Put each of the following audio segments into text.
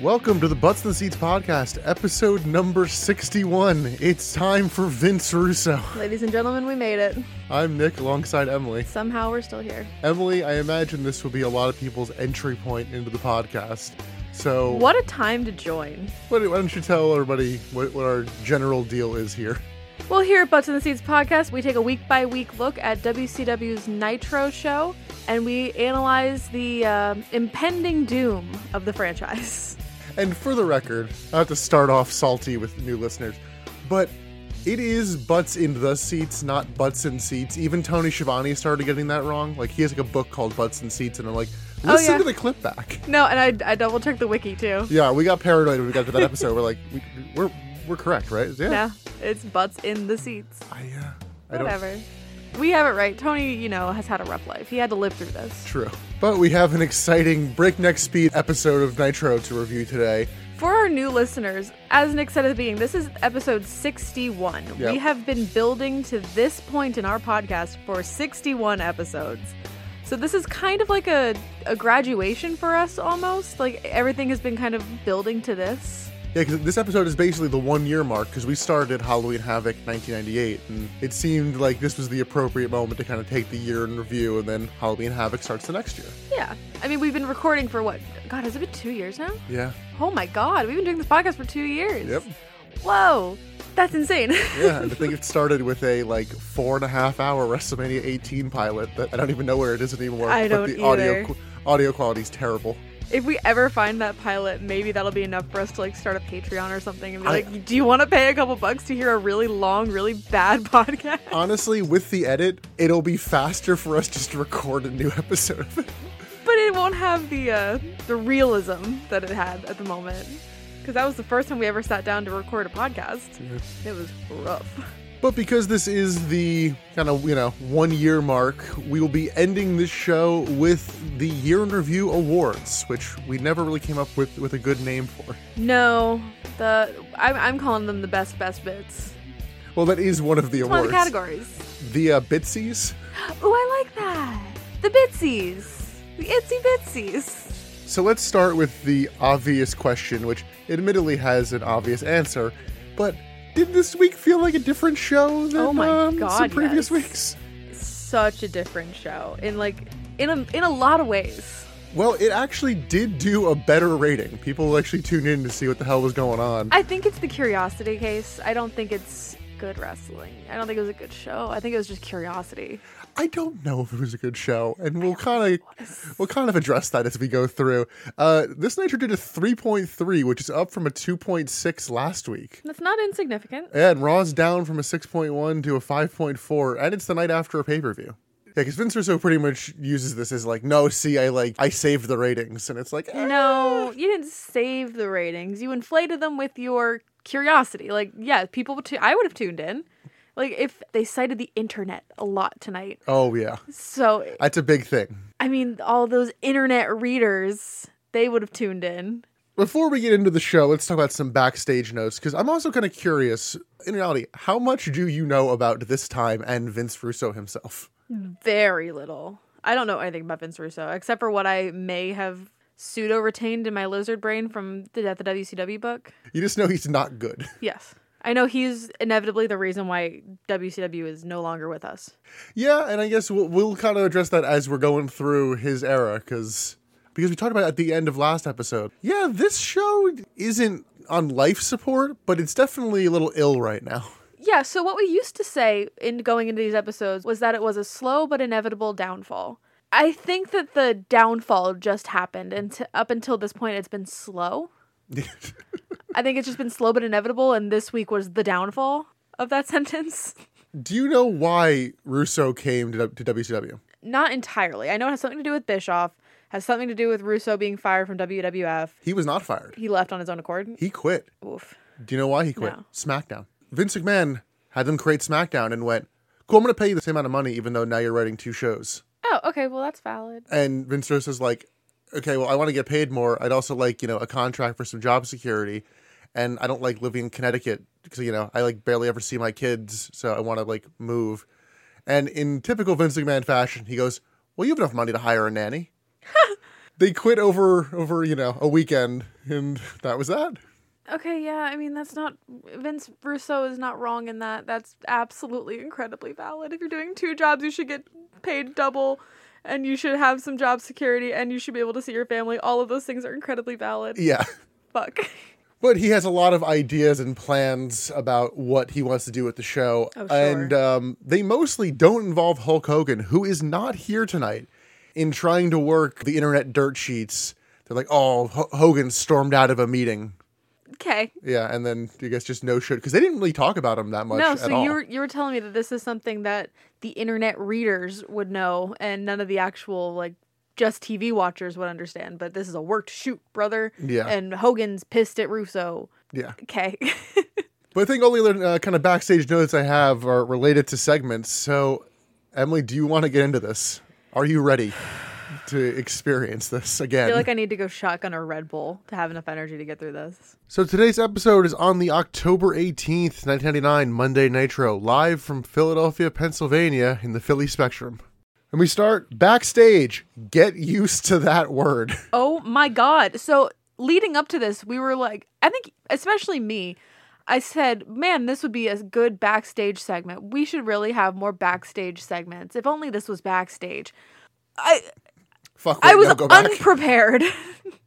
Welcome to the Butts and Seats podcast, episode number 61. It's time for Vince Russo. Ladies and gentlemen, we made it. I'm Nick alongside Emily. Somehow we're still here. Emily, I imagine this will be a lot of people's entry point into the podcast. So, What a time to join. why don't why don't you tell everybody what, what our general deal is here? Well, here at Butts in the Seats podcast, we take a week by week look at WCW's Nitro show and we analyze the um, impending doom of the franchise. And for the record, I have to start off salty with new listeners, but it is butts in the seats, not butts in seats. Even Tony Schiavone started getting that wrong. Like he has like a book called Butts in Seats, and I'm like, Oh, listen yeah. to the clip back. No, and I, I double checked the wiki too. Yeah, we got paranoid when we got to that episode. We're like, we, we're we're correct, right? Yeah. Yeah, it's Butts in the Seats. I, uh, I don't. Whatever. We have it right. Tony, you know, has had a rough life. He had to live through this. True. But we have an exciting breakneck speed episode of Nitro to review today. For our new listeners, as Nick said at the beginning, this is episode 61. Yep. We have been building to this point in our podcast for 61 episodes. So this is kind of like a, a graduation for us almost. Like everything has been kind of building to this. Yeah, because this episode is basically the one year mark because we started Halloween Havoc 1998, and it seemed like this was the appropriate moment to kind of take the year in review, and then Halloween Havoc starts the next year. Yeah. I mean, we've been recording for what? God, has it been two years now? Yeah. Oh my God, we've been doing this podcast for two years. Yep. Whoa, that's insane. Yeah, and I think it started with a like four and a half hour WrestleMania 18 pilot that I don't even know where it is anymore. I but don't the audio either. qu- audio quality is terrible. if we ever find that pilot, maybe that'll be enough for us to like start a Patreon or something and be I- like, "Do you want to pay a couple bucks to hear a really long, really bad podcast?" honestly, with the edit, it'll be faster for us just to record a new episode of it. but it won't have the uh, the realism that it had at the moment because that was the first time we ever sat down to record a podcast. It was rough. But because this is the kind of, you know, one year mark, we will be ending this show with the Year in Review Awards, which we never really came up with, with a good name for. No, the I'm, I'm calling them the best best bits. Well, that is one of the It's one of awards. the categories. The, uh, Bitsies. Ooh, I like that. The bitsies, the itsy bitsies. So let's start with the obvious question, which admittedly has an obvious answer, but did this week feel like a different show than Oh my um, some God, previous yes. weeks? such a different show in like in a in a lot of ways. Well, it actually did do a better rating. People actually tuned in to see what the hell was going on. I think it's the curiosity case. I don't think it's good wrestling. I don't think it was a good show. I think it was just curiosity. I don't know if it was a good show, and we'll kind of we'll kind of address that as we go through. Uh, this nature did a 3.3, which is up from a 2.6 last week. That's not insignificant. Yeah, and Raw's down from a 6.1 to a 5.4, and it's the night after a pay per view. Yeah, because Vince Russo pretty much uses this as like, no, see, I like I saved the ratings, and it's like, eh, No, you didn't save the ratings. You inflated them with your curiosity. Like, yeah, people would. Tu- I would have tuned in. Like, if they cited the internet a lot tonight. oh yeah, So, that's a big thing. I mean, all those internet readers, they would have tuned in. Before we get into the show, let's talk about some backstage notes because I'm also kind of curious. In reality, how much do you know about this time and Vince Russo himself? Very little. I don't know anything about Vince Russo except for what I may have pseudo retained in my lizard brain from the Death of WCW book. You just know he's not good. Yes. I know he's inevitably the reason why WCW is no longer with us. yeah, and I guess we'll, we'll kind of address that as we're going through his era because because we talked about it at the end of last episode. Yeah, this show isn't on life support, but it's definitely a little ill right now. Yeah, so what we used to say in going into these episodes was that it was a slow but inevitable downfall. I think that the downfall just happened and t- up until this point it's been slow. I think it's just been slow but inevitable and this week was the downfall of that sentence. Do you know why Russo came to, to WCW? not entirely. I know it has something to do with Bischoff, has something to do with Russo being fired from WWF. He was not fired. He left on his own accord. He quit. Oof. Do you know why he quit? No. SmackDown. Vince McMahon had them create SmackDown and went, cool, I'm going to pay you the same amount of money, even though now you're writing two shows. Oh, okay. Well, that's valid. And Vince Russo's like, okay, well, I want to get paid more. I'd also like, you know, a contract for some job security. And I don't like living in Connecticut because, you know, I like barely ever see my kids. So I want to like move. And in typical Vince McMahon fashion, he goes, well, you have enough money to hire a nanny. they quit over over you know a weekend, and that was that. Okay, yeah, I mean that's not Vince Russo is not wrong in that. That's absolutely incredibly valid. If you're doing two jobs, you should get paid double and you should have some job security and you should be able to see your family. All of those things are incredibly valid. Yeah, Fuck. but he has a lot of ideas and plans about what he wants to do with the show, Oh, sure. and um, they mostly don't involve Hulk Hogan, who is not here tonight, in trying to work the internet dirt sheets. They're like, oh, Ho- Hogan stormed out of a meeting. Okay. Yeah, and then I guess just no shit because they didn't really talk about him that much No, at so all. you were you were telling me that this is something that the internet readers would know and none of the actual like just TV watchers would understand, but this is a worked shoot, brother. Yeah. And Hogan's pissed at Russo. yeah, Okay. but I think all the other uh, kind of backstage notes I have are related to segments. So, Emily, do you want to get into this? Are you ready to experience this I again? feel like I need to go shotgun a Red Bull to have enough energy to get through this. so today's episode is on the October eighteenth, nineteen ninety nine, Monday Nitro, live from Philadelphia, Pennsylvania, in the Philly Spectrum. And we start backstage. Get used to that word. Oh my god. So leading up to this, we were like, I think especially me, I said, "Man, this would be a good backstage segment. We should really have more backstage segments. If only this was backstage." I Fuck. Wait, I was no, go back. unprepared.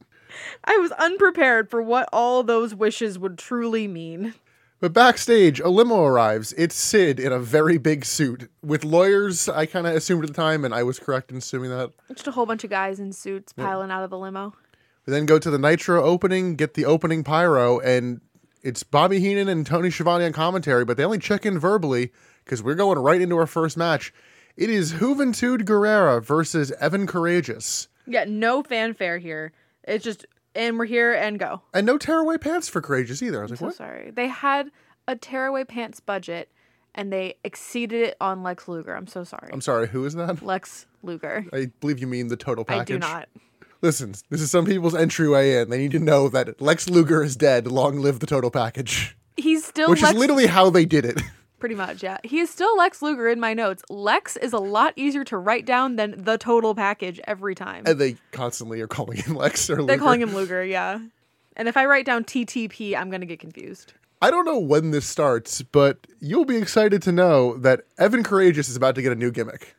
I was unprepared for what all those wishes would truly mean. But backstage, a limo arrives. It's Sid in a very big suit with lawyers. I kind of assumed at the time, and I was correct in assuming that. Just a whole bunch of guys in suits piling out of the limo. We then go to the Nitro opening, get the opening pyro, and it's Bobby Heenan and Tony Schiavone on commentary, but they only check in verbally because we're going right into our first match. It is Juventud Guerrera versus Evan Courageous, Yeah, no fanfare here. It's just and we're here and go. and no tearaway pants for Courageous either. I was like, so what? sorry. They had a tearaway pants budget and they exceeded it on Lex Luger. I'm so sorry. I'm sorry, who is that? Lex Luger. I believe you mean the total package. I do not. Listen, this is some people's entryway in. They need to know that Lex Luger is dead. Long live the total package. He's still Which Lex is literally how they did it. pretty much, yeah. He is still Lex Luger in my notes. Lex is a lot easier to write down than the total package every time. And they constantly are calling him Lex or They're Luger. calling him Luger, yeah. And if I write down TTP, I'm going to get confused. I don't know when this starts, but you'll be excited to know that Evan Courageous is about to get a new gimmick.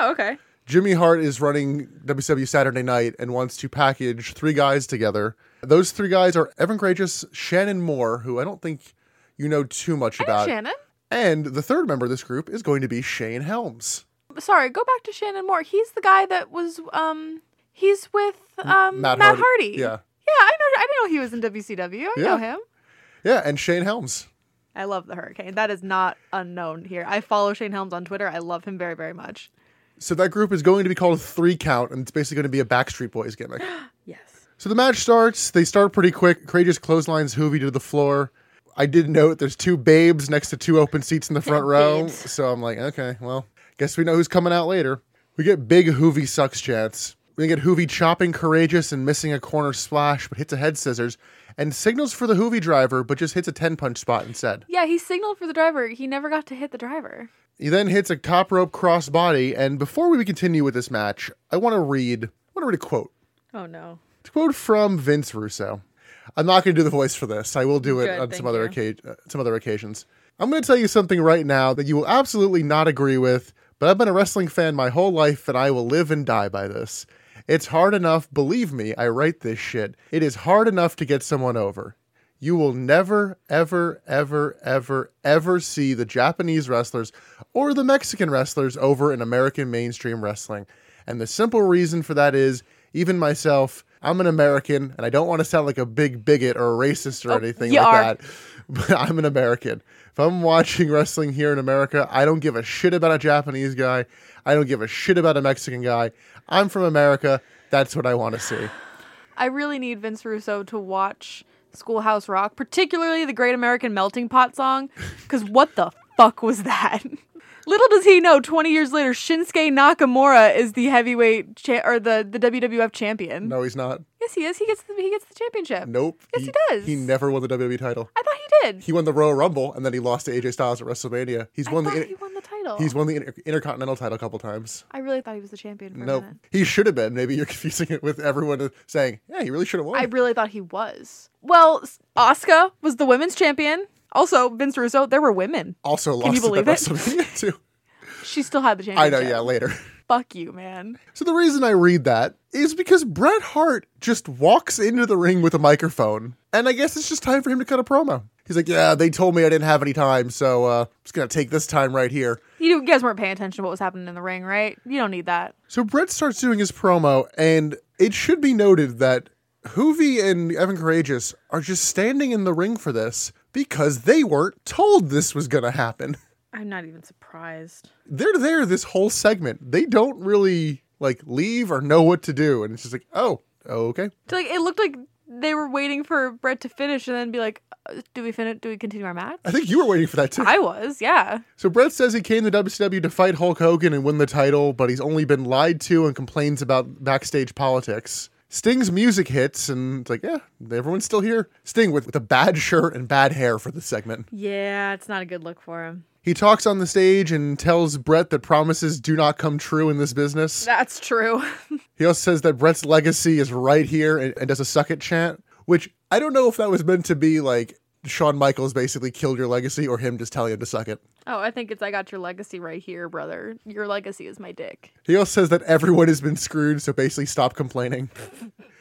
Oh, okay. Jimmy Hart is running WCW Saturday Night and wants to package three guys together. Those three guys are Evan Courageous, Shannon Moore, who I don't think you know too much about, Shannon. and the third member of this group is going to be Shane Helms. Sorry, go back to Shannon Moore. He's the guy that was um he's with um Matt, Hardy. Yeah. Yeah, I know. I didn't know he was in WCW. I Yeah. know him. Yeah, and Shane Helms. I love the Hurricane. That is not unknown here. I follow Shane Helms on Twitter. I love him very, very much. So that group is going to be called Three Count, and it's basically going to be a Backstreet Boys gimmick. Yes. so the match starts. They start pretty quick. Courageous clotheslines Hoovy to the floor. I did note there's two babes next to two open seats in the front row. Babes. So I'm like, okay, well, guess we know who's coming out later. We get big Hoovy sucks chance. We get Hoovy chopping Courageous and missing a corner splash, but hits a head scissors and signals for the Hoovy driver, but just hits a 10 punch spot instead. Yeah, he signaled for the driver. He never got to hit the driver. He then hits a top rope crossbody, and before we continue with this match, I want to read. I want to read a quote. Oh no. It's a quote from Vince Russo. I'm not going to do the voice for this. I will do it Good, on some thank other you. occasion, uh, some other occasions. I'm going to tell you something right now that you will absolutely not agree with, but I've been a wrestling fan my whole life, and I will live and die by this. It's hard enough, believe me. I write this shit. It is hard enough to get someone over. You will never, ever, ever, ever, ever see the Japanese wrestlers or the Mexican wrestlers over in American mainstream wrestling. And the simple reason for that is, even myself, I'm an American and I don't want to sound like a big bigot or a racist or anything Oh, you like are. that. But I'm an American. If I'm watching wrestling here in America, I don't give a shit about a Japanese guy. I don't give a shit about a Mexican guy. I'm from America. That's what I want to see. I really need Vince Russo to watch Schoolhouse Rock, particularly the Great American Melting Pot song, because what the fuck was that? Little does he know, 20 years later, Shinsuke Nakamura is the heavyweight cha- or the, the WWF champion. No, he's not. Yes, he is. He gets the, he gets the championship. Nope. Yes, he does. He never won the WWE title. I thought he did. He won the Royal Rumble and then he lost to AJ Styles at WrestleMania. He's I won thought the he won the title. He's won the inter- Intercontinental title a couple times. I really thought he was the champion for a No, minute. he should have been. Maybe you're confusing it with everyone saying, "Yeah, he really should have won." I really thought he was. Well, Oscar was the women's champion. Also, Vince Russo, there were women. also lost you at believe it? WrestleMania too. She still had the I championship. know. Yeah, later. Fuck you, man. So the reason I read that is because Bret Hart just walks into the ring with a microphone, and I guess it's just time for him to cut a promo. He's like, "Yeah, they told me I didn't have any time, so uh, I'm just gonna take this time right here." You guys weren't paying attention to what was happening in the ring, right? You don't need that. So Brett starts doing his promo, and it should be noted that Hoovy and Evan Courageous are just standing in the ring for this because they weren't told this was going to happen. I'm not even surprised. They're there this whole segment. They don't really like leave or know what to do, and it's just like, oh, okay. Like it looked like they were waiting for Brett to finish and then be like, uh, "Do we finish? Do we continue our match?" I think you were waiting for that too. I was, yeah. So Brett says he came to WCW to fight Hulk Hogan and win the title, but he's only been lied to and complains about backstage politics. Sting's music hits, and it's like, yeah, everyone's still here. Sting with, with a bad shirt and bad hair for this segment. Yeah, it's not a good look for him. He talks on the stage and tells Brett that promises do not come true in this business. That's true. He also says that Brett's legacy is right here and, and does a suck it chant, which I don't know if that was meant to be like Shawn Michaels basically killed your legacy or him just telling him to suck it. oh, I think it's I got your legacy right here, brother. Your legacy is my dick. He also says that everyone has been screwed, so basically stop complaining.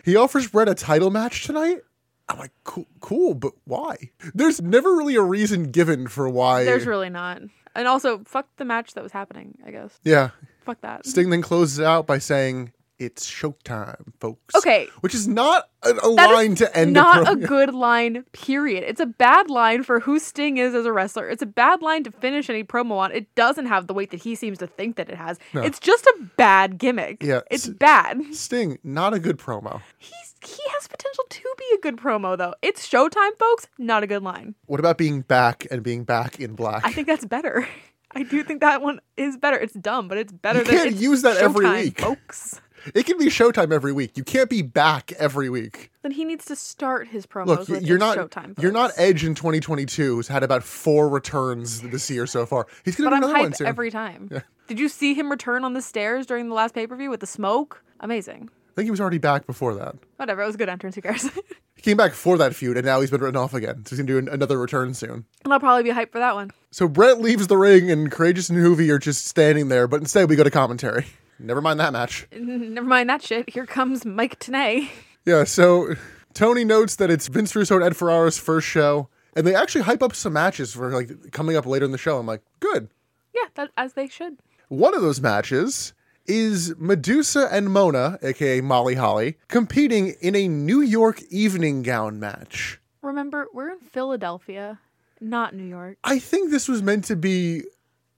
he offers Brett a title match tonight. I'm like, cool, cool, but why? There's never really a reason given for why. There's really not. And also, fuck the match that was happening. I guess yeah. fuck that. Sting then closes it out by saying, "It's showtime, folks." Okay. Which is not a, a That is line to end. not a a promo. good line, period. It's a bad line for who Sting is as a wrestler. It's a bad line to finish any promo on. It doesn't have the weight that he seems to think that it has. It's just a bad gimmick. Yeah, It's s- bad. Sting, not a good promo. He's, he has potential to be a good promo, though. It's showtime, folks. Not a good line. What about being back and being back in black? I think that's better. I do think that one is better. It's dumb, but it's better You than can't it's use that every showtime, week. folks. it can be showtime every week. You can't be back every week. Then he needs to start his promos Look, y- with you're "It's not showtime. you're not folks." Edge in 2022 who's had about four returns this year so far. He's gonna But do I'm another one hyped soon. every time. Did you see him return on the stairs during the last pay per view with the smoke? Amazing. I think he was already back before that. Whatever, it was a good entrance. Who cares? and He came back for that feud, and now he's been written off again. So he's gonna do an- another return soon. I'll probably be hyped for that one. So Brett leaves the ring, and Courageous and Hoovy are just standing there. But instead, we go to commentary. Never mind that match. Never mind that shit. Here comes Mike Tanay. Yeah. So Tony notes that it's Vince Russo and Ed Ferrara's first show, and they actually hype up some matches for like coming up later in the show. I'm like, good. Yeah, that, as they should. One of those matches is Medusa and Mona, aka Molly Holly, competing in a New York evening gown match. Remember, we're in Philadelphia, not New York. I think this was meant to be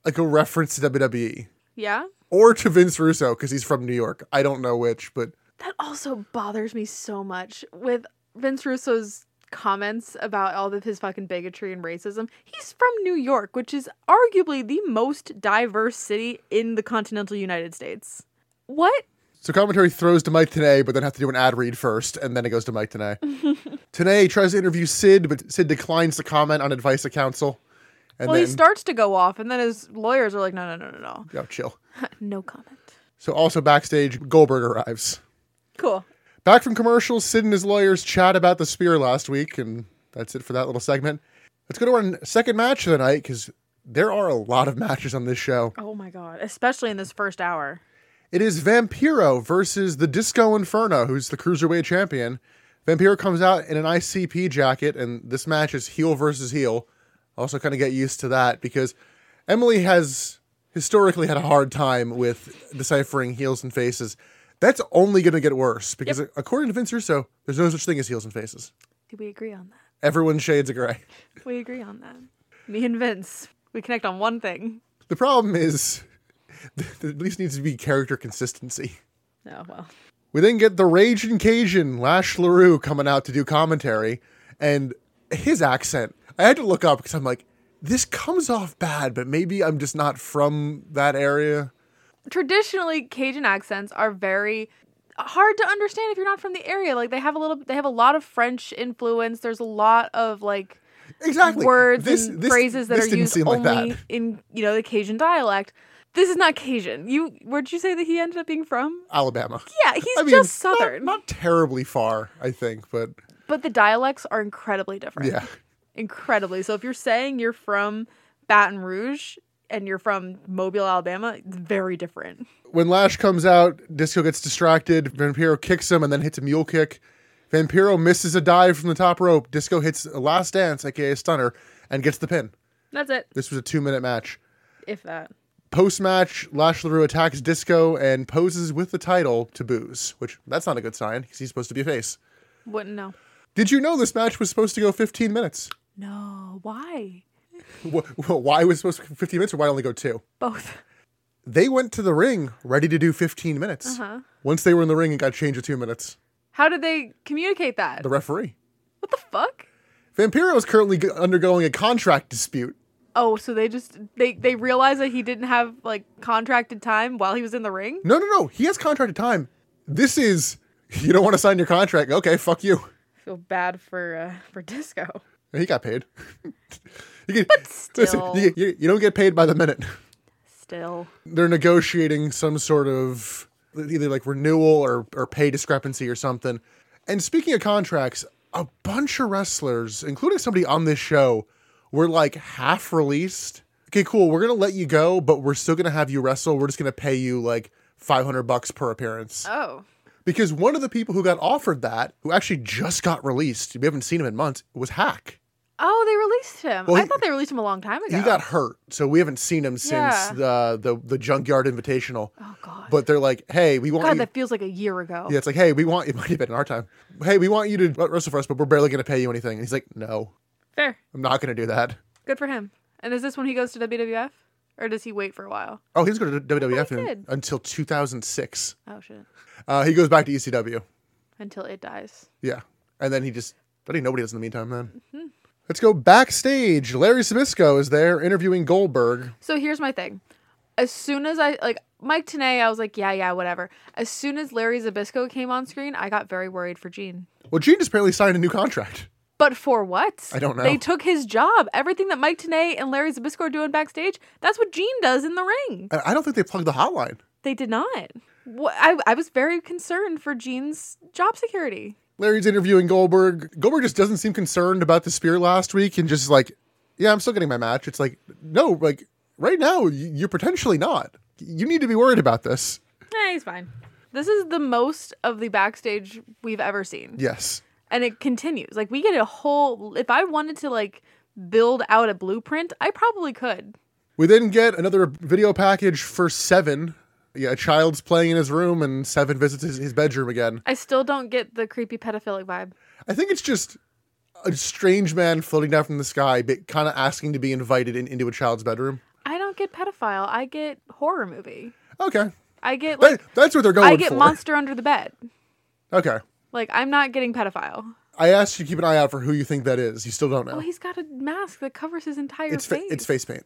like a reference to WWE Yeah? or to Vince Russo because he's from New York. I don't know which, but That also bothers me so much with Vince Russo's comments about all of his fucking bigotry and racism. He's from New York, which is arguably the most diverse city in the continental United States. What? so commentary throws to Mike Tenay, but then have to do an ad read first, and then it goes to Mike Tenay. Tenay tries to interview Sid, but Sid declines to comment on advice of counsel. And Well, then, he starts to go off, and then his lawyers are like, no, no, no, no, oh, chill. no. no comment. So also backstage, Goldberg arrives. Cool. Back from commercials, Sid and his lawyers chat about the spear last week, and that's it for that little segment. Let's go to our n- second match of the night because there are a lot of matches on this show. Oh my God. Especially in this first hour. It is Vampiro versus the Disco Inferno, who's the Cruiserweight champion. Vampiro comes out in an ICP jacket, and this match is heel versus heel. Also, kind of get used to that because Emily has historically had a hard time with deciphering heels and faces. That's only going to get worse because, according to Vince Russo, there's no such thing as heels and faces. Do we agree on that? Everyone shades of gray. We agree on that. Me and Vince, we connect on one thing. The problem is, there at least needs to be character consistency. Oh, well. We then get the Rage and Cajun, Lash LaRue, coming out to do commentary, and his accent. I had to look up because I'm like, this comes off bad, but maybe I'm just not from that area. traditionally Cajun accents are very hard to understand if you're not from the area. Like they have a little they have a lot of French influence. There's a lot of like Exactly. words This- and this- phrases that this are didn't used seem like only that. in you know the Cajun dialect. This is not Cajun. You where'd you say that he ended up being from? Alabama. Yeah, he's I mean, just not- Southern, Not, terribly far, I think, but but the dialects are incredibly different. yeah. incredibly. So if you're saying you're from Baton Rouge and you're from Mobile, Alabama, it's very different. When Lash comes out, Disco gets distracted. Vampiro kicks him and then hits a mule kick. Vampiro misses a dive from the top rope. Disco hits a last dance, aka a stunner, and gets the pin. That's it, This was a two minute match. if that. Post match, Lash LaRue attacks Disco and poses with the title to Booze, which that's not a good sign because he's supposed to be a face. Wouldn't know. Did you know this match was supposed to go 15 minutes? No, why? Wh- wh- Why was it supposed to go 15 minutes or why only go two? Both. They went to the ring ready to do 15 minutes. Uh-huh. Once they were in the ring, it got changed to two minutes. How did they communicate that? The referee. What the fuck? Vampiro is currently g- undergoing a contract dispute. Oh, so they just they they realized that he didn't have like contracted time while he was in the ring? No, no, no. He has contracted time. This is, you don't want to sign your contract. Okay, fuck you. I feel bad for uh, for Disco. He got paid. you get, still. you, you- you don't get paid by the minute. Still. They're negotiating some sort of either like renewal or, or pay discrepancy or something. And speaking of contracts, a bunch of wrestlers, including somebody on this show, were like half released. Okay, cool. We're gonna let you go, but we're still gonna have you wrestle. We're just gonna pay you like five hundred bucks per appearance. Oh. Because one of the people who got offered that, who actually just got released, we haven't seen him in months, was Hack. Oh, they released him. Well, I he- thought they released him a long time ago. he got hurt, so we haven't seen him Yeah. since the, the the junkyard invitational. oh god. But they're like, hey, we want god, you. that feels like a year ago. yeah, it's like, hey, we want. It might have been in our time. Hey, we want you to wrestle for us, but we're barely going to pay you anything. And he's like, no, Fair. I'm not going to do that. Good for him. And is this when he goes to WWF? Or does he wait for a while? Oh, he's going to WWF he in- did. until 2006. Oh shit. Uh, he goes back to ECW. Until it dies. Yeah, and then he just. I think nobody does in the meantime. Then Mm-hmm. let's go backstage. Larry Sabisco is there interviewing Goldberg. So here's my thing. As soon as I like Mike Tanay, I was like, yeah, yeah, whatever. As soon as Larry Zabisco came on screen, I got very worried for Gene. Well, Gene just apparently signed a new contract. But for what? I don't know. They took his job. Everything that Mike Tanay and Larry Zabisco are doing backstage, that's what Gene does in the ring. And I don't think they plugged the hotline. They did not. Wh- I, I was very concerned for Gene's job security. Larry's interviewing Goldberg. Goldberg just doesn't seem concerned about the spear last week and just like, yeah, I'm still getting my match. It's like, no, like right now, y- you're potentially not. You need to be worried about this. Eh, he's fine. This is the most of the backstage we've ever seen. Yes. and it continues. Like we get a whole. If I wanted to like build out a blueprint, I probably could. We then get another video package for Seven. Yeah, a child's playing in his room and Seven visits his, his bedroom again. I still don't get the creepy pedophilic vibe. I think it's just a strange man floating down from the sky, but kind of asking to be invited in, into a child's bedroom. I don't get pedophile. I get horror movie. Okay. I get like That, that's what they're going I get for. monster under the bed. okay. Like I'm not getting pedophile. I asked you to keep an eye out for who you think that is. You still don't know. Oh, he's got a mask that covers his entire it's fa- face. it's face paint.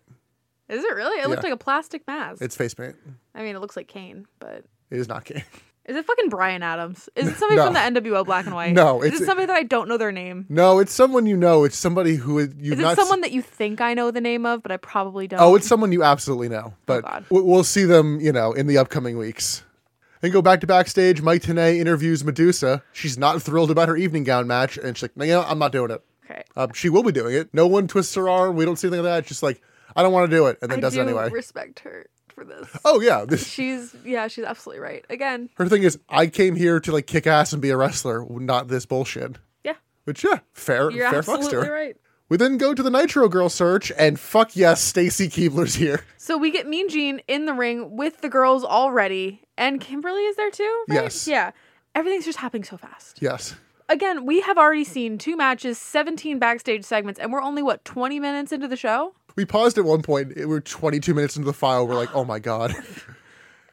Is it really? It looked Yeah. like a plastic mask. It's face paint. I mean, it looks like Kane, but It is not gay. is it fucking Brian Adams? Is it somebody No. from the NWO Black and White? No, is it's- it somebody that I don't know their name? No, it's someone you know. It's somebody who is- you've Is it not. someone that you think I know the name of, but I probably don't? oh, it's someone you absolutely know. But Oh, God. we- we'll see them, you know, in the upcoming weeks. And go back to backstage. Mike Tenay interviews Medusa. She's not thrilled about her evening gown match, and she's like, "No, you know, I'm not doing it." okay. Um, she will be doing it. No one twists her arm. We don't see anything like that. It's just like, I don't want to do it, and then I does do it anyway. respect her for this. oh yeah, this, She's yeah, she's absolutely right. Again, her thing is, I came here to like kick ass and be a wrestler, not this bullshit. yeah, Which yeah, fair, you're fair fucks to absolutely her. right. We then go to the Nitro Girl search, and fuck yes, Stacy Keebler's here. So we get Mean Gene in the ring with the girls already, and Kimberly is there too. Right? Yes. Yeah. Everything's just happening so fast. Yes. Again, we have already seen two matches, 17 backstage segments, and we're only, what, 20 minutes into the show? We paused at one point. It, we were 22 minutes into the file. We're like, oh my God.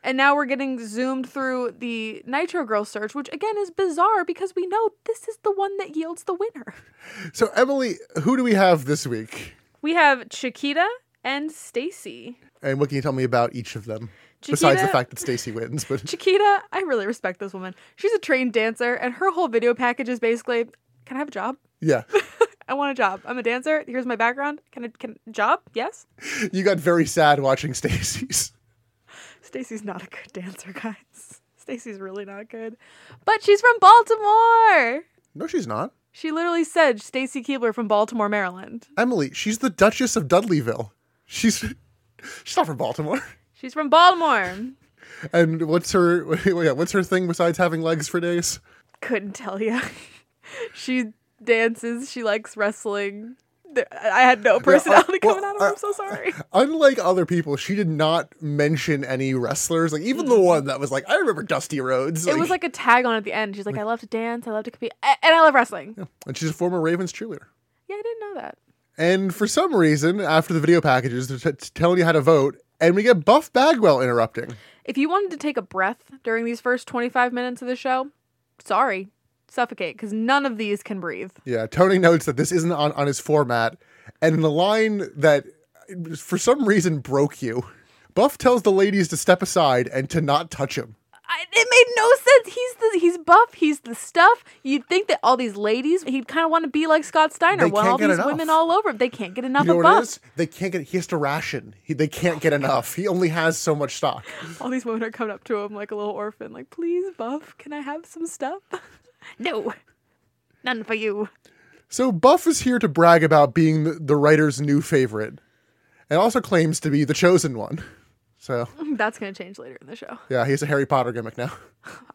And now we're getting zoomed through the Nitro Girl search, which again is bizarre because we know this is the one that yields the winner. So, Emily, who do we have this week? We have Chiquita and Stacy. And what can you tell me about each of them? Besides the Chiquita- fact that Stacy wins, but Chiquita, I really respect this woman. She's a trained dancer, and her whole video package is basically, "Can I have a job?" yeah. I want a job. I'm a dancer. Here's my background. Can I can job? Yes. You got very sad watching Stacy's. Stacy's not a good dancer, guys. Stacy's really not good. But she's from Baltimore. No, she's not. She literally said Stacy Keebler from Baltimore, Maryland. Emily, she's the Duchess of Dudleyville. She's she's not from Baltimore. She's from Baltimore. And what's her yeah, what's her thing besides having legs for days? Couldn't tell you. she dances. She likes wrestling. There- I had no personality well, coming out of her. I'm so sorry. Unlike other people, she did not mention any wrestlers. Like even the one that was like, I remember Dusty Rhodes. Mm-hmm. It was like a tag on at the end. She's like, I love to dance. I love to compete. a- And I love wrestling. and she's a former Ravens cheerleader. Yeah, I didn't know that. And for some reason, after the video packages, they're t- telling you how to vote, and we get Buff Bagwell interrupting. If you wanted to take a breath during these first 25 minutes of the show, sorry, suffocate because none of these can breathe. Yeah, Tony notes that this isn't on, on his format, and the line that uh, for some reason broke you. Buff tells the ladies to step aside and to not touch him. I, it made no sense. He's the he's buff. He's the stuff. You'd think that all these ladies, he'd kind of want to be like Scott Steiner. They Well, can't all get these enough. women all over him, they can't get enough You know of what it Oh, buff. is? They can't get. He has to ration. He, they can't get enough. He only has so much stock. All these women are coming up to him like a little orphan, like, please, buff, can I have some stuff? no, none for you. So Buff is here to brag about being the, the writer's new favorite, and also claims to be the chosen one. So That's gonna change later in the show. yeah, he's a Harry Potter gimmick now.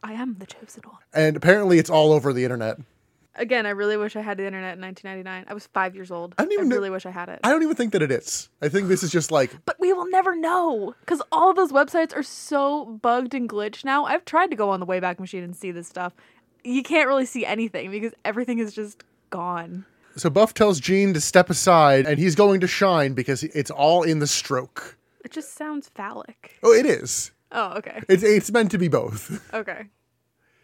I am the chosen one. And apparently, it's all over the internet. Again, I really wish I had the internet in 1999. I was five years old. I, don't even know- really wish I had it. I don't even think that it is. I think this is just like but we will never know because all those websites are so bugged and glitched now. I've tried to go on the Wayback Machine and see this stuff. You can't really see anything because everything is just gone. so. Buff tells Gene to step aside, and he's going to shine because it's all in the stroke. It just sounds phallic. Oh, it is. Oh, okay. It's it's meant to be both. Okay.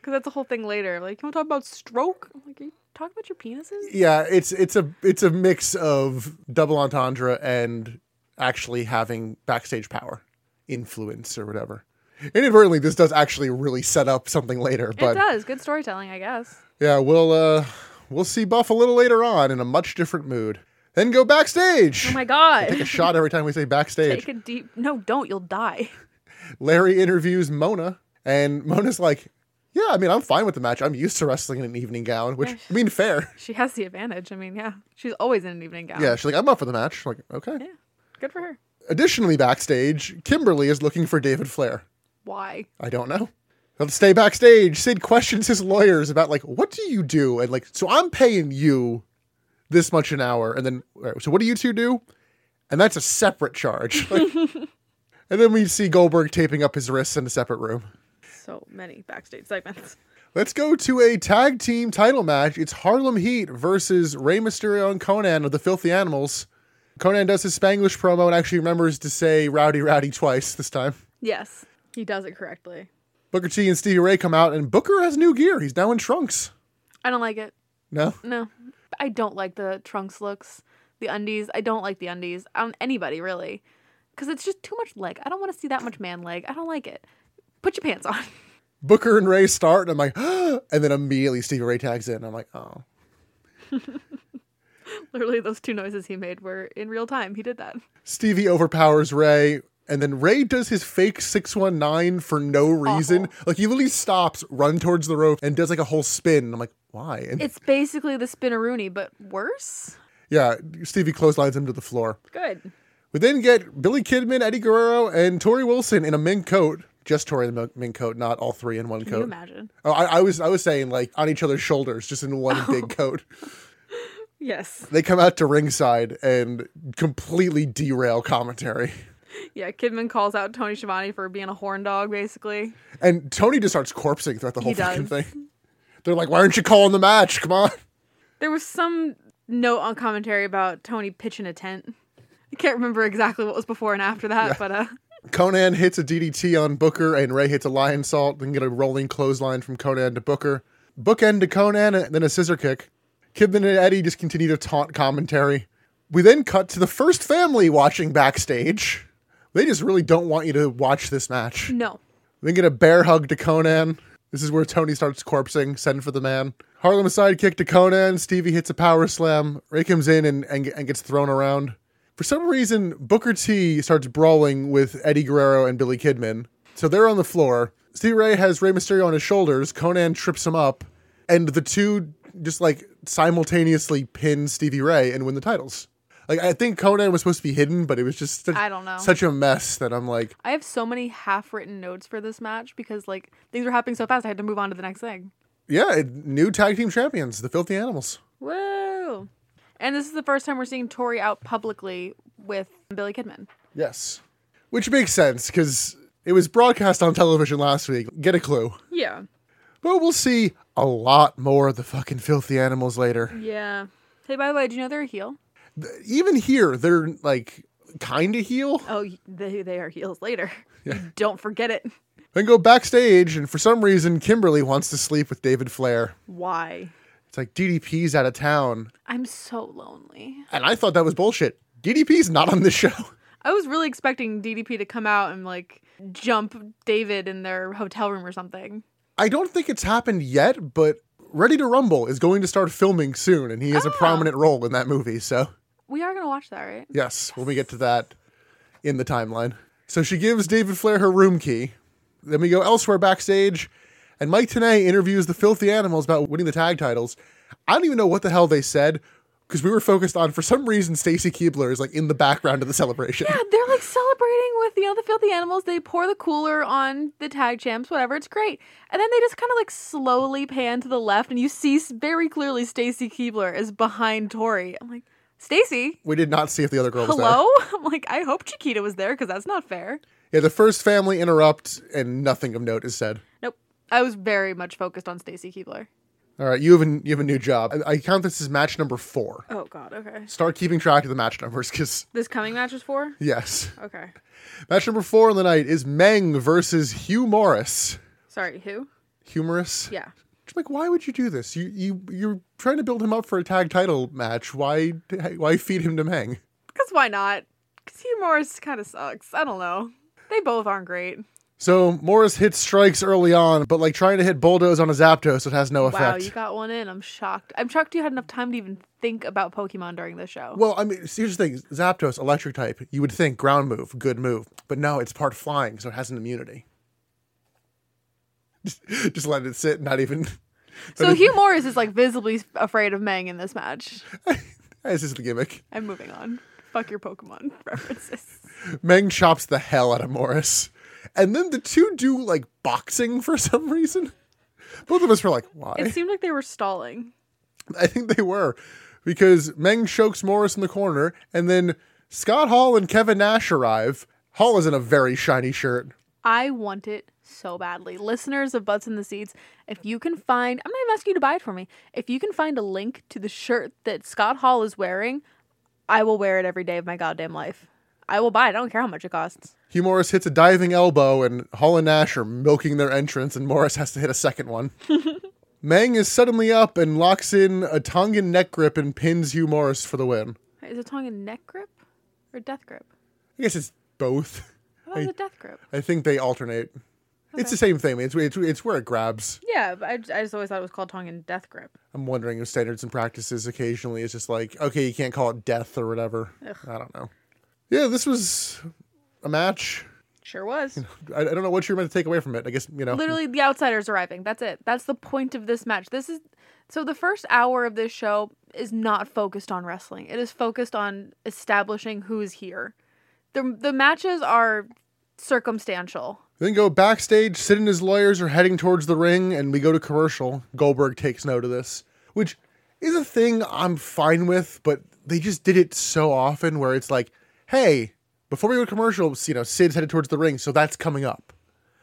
Because that's a whole thing later. Like, you want to talk about stroke? I'm like, are you talking about your penises? yeah, it's it's a it's a mix of double entendre and actually having backstage power, influence or whatever. Inadvertently, this does actually really set up something later. it But does. Good storytelling, I guess. yeah, we'll uh we'll see Buff a little later on in a much different mood. Then go backstage. Oh my Take a god. shot every time we say backstage. Take a deep. No, don't. You'll die. Larry interviews Mona, and Mona's like, "Yeah, I mean, I'm fine with the match. I'm used to wrestling in an evening gown, which I mean, fair. She has the advantage. I mean, yeah. She's always in an evening gown. Yeah, she's like, I'm up for the match. like, okay. Yeah. Good for her. Additionally, backstage, Kimberly is looking for David Flair. Why? I don't know. Let's stay backstage. Sid questions his lawyers about like, what do you do? And like, so I'm paying you this much an hour, and then all right, so what do you two do? And that's a separate charge. Like- and then we see Goldberg taping up his wrists in a separate room. So many backstage segments. Let's go to a tag team title match. It's Harlem Heat versus Rey Mysterio and Conan of the Filthy Animals. Conan does his Spanglish promo and actually remembers to say rowdy rowdy twice this time. Yes, he does it correctly. Booker T and Stevie Ray come out, and Booker has new gear. He's now in trunks. I don't like it. No? No, I don't like the trunks looks, the undies. I don't like the undies on anybody really, because it's just too much leg. I don't want to see that much man leg. I don't like it. Put your pants on. Booker and Ray start, and I'm like, and then immediately Stevie Ray tags in. I'm like, oh. Literally, those two noises he made were in real time. He did that. Stevie overpowers Ray, and then Ray does his fake 619 for no reason. Like, he literally stops, run towards the rope, and does like a whole spin. And I'm like, why? And It's basically the spinneroonie, but worse. yeah, Stevie clotheslines him to the floor. Good. We then get Billy Kidman, Eddie Guerrero, and Tori Wilson in a mink coat. Just Tori in the mink coat, not all three in one Can you coat. imagine? Oh, I, I was I was saying like on each other's shoulders, just in Oh. one big coat. Yes. They come out to ringside and completely derail commentary. Yeah. Kidman calls out Tony Schiavone for being a horn dog, basically. And Tony just starts corpsing throughout the whole fucking does. thing. They're like, "Why aren't you calling the match? Come on!" There was some note on commentary about Tony pitching a tent. I can't remember exactly what was before and after that, but uh, Conan hits a DDT on Booker, and Ray hits a lion salt. Then get a rolling clothesline from Conan to Booker, bookend to Conan, and then a scissor kick. Kidman and Eddie just continue to taunt commentary. We then cut to the first family watching backstage. They just really don't want you to watch this match. no. Then get a bear hug to Conan. This is where Tony starts corpsing, send for the man. Harlem sidekick to Conan. Stevie hits a power slam. Ray comes in and, and, and gets thrown around. For some reason, Booker T starts brawling with Eddie Guerrero and Billy Kidman. So they're on the floor. Stevie Ray has Ray Mysterio on his shoulders. Conan trips him up, and the two just like simultaneously pin Stevie Ray and win the titles. Like I think Conan was supposed to be hidden, but it was just such, I don't know. such a mess that I'm like, I have so many half written notes for this match because like things were happening so fast I had to move on to the next thing. yeah, it, new tag team champions, the Filthy Animals. Woo! And this is the first time we're seeing Tori out publicly with Billy Kidman. Yes, which makes sense because it was broadcast on television last week. Get a clue. Yeah. But we'll see a lot more of the fucking Filthy Animals later. Yeah. Hey, by the way, do you know they're a heel? Even here, they're like kind of heel. Oh, y- they, they are heels later. You Don't forget it. Then go backstage, and for some reason, Kimberly wants to sleep with David Flair. Why? It's like DDP's out of town. I'm so lonely. And I thought that was bullshit. DDP's not on this show. I was really expecting DDP to come out and like jump David in their hotel room or something. I don't think it's happened yet, but Ready to Rumble is going to start filming soon, and he has a Ah. prominent role in that movie. So, We are gonna watch that, right? yes, when we get to that in the timeline. So she gives David Flair her room key. Then we go elsewhere backstage, and Mike Tenay interviews the Filthy Animals about winning the tag titles. I don't even know what the hell they said because we were focused on, for some reason, Stacy Keebler is like in the background of the celebration. Yeah, they're like celebrating with you know the filthy animals. They pour the cooler on the tag champs, whatever. It's great, and then they just kind of like slowly pan to the left, and you see s- very clearly Stacy Keebler is behind Tori. I'm like, Stacy, We did not see if the other girl was there. hello. I'm like, I hope Chiquita was there because that's not fair. Yeah, the first family interrupt and nothing of note is said. Nope, I was very much focused on Stacy Keebler. All right, you have a, you have a new job. I, I count this as match number four. Oh God, okay. Start keeping track of the match numbers because, This coming match was four. yes. Okay, Match number four on the night is Meng versus Hugh Morris. sorry, who? Humorous? Yeah, Just like, why would you do this? You, you, you're trying to build him up for a tag title match. Why, why feed him to Meng? because why not? Because Hugh Morris kind of sucks. I don't know. They both aren't great. So Morris hits strikes early on, but like trying to hit Bulldoze on a Zapdos, it has no effect. Wow, you got one in. I'm shocked. I'm shocked you had enough time to even think about Pokemon during the show. Well, I mean, here's the thing: Zapdos, electric type. You would think ground move, good move, but no, it's part flying, so it has an immunity. Just, just let it sit, not even. so Hugh Morris is like visibly afraid of Meng in this match. This is the gimmick. I'm moving on. Fuck your Pokemon references. Meng chops the hell out of Morris, and then the two do like boxing for some reason. Both of us were like, "Why?" It seemed like they were stalling. I think they were, because Meng chokes Morris in the corner, and then Scott Hall and Kevin Nash arrive. Hall is in a very shiny shirt. I want it so badly. Listeners of Butts in the Seats, if you can find, I'm not even asking you to buy it for me. If you can find a link to the shirt that Scott Hall is wearing, I will wear it every day of my goddamn life. I will buy it. I don't care how much it costs. Hugh Morris hits a diving elbow, and Hall and Nash are milking their entrance, and Morris has to hit a second one. Meng is suddenly up and locks in a Tongan neck grip and pins Hugh Morris for the win. Is it tongue a neck grip or death grip? I guess it's both. I thought it was a death grip. I think they alternate. It's the same thing. It's, it's it's where it grabs. Yeah, but I, I just always thought it was called tongue and death grip. I'm wondering if standards and practices occasionally is just like okay, you can't call it death or whatever. I don't know. Yeah, this was a match. Sure was. I, I don't know what you're meant to take away from it. I guess you know. Literally, the outsiders arriving. That's it. That's the point of this match. This is so the first hour of this show is not focused on wrestling. It is focused on establishing who is here. the The matches are circumstantial. Then go backstage, Sid and his lawyers are heading towards the ring, and we go to commercial. Goldberg takes note of this, which is a thing I'm fine with, but they just did it so often where it's like, hey, before we go to commercial, you know, Sid's headed towards the ring, so that's coming up.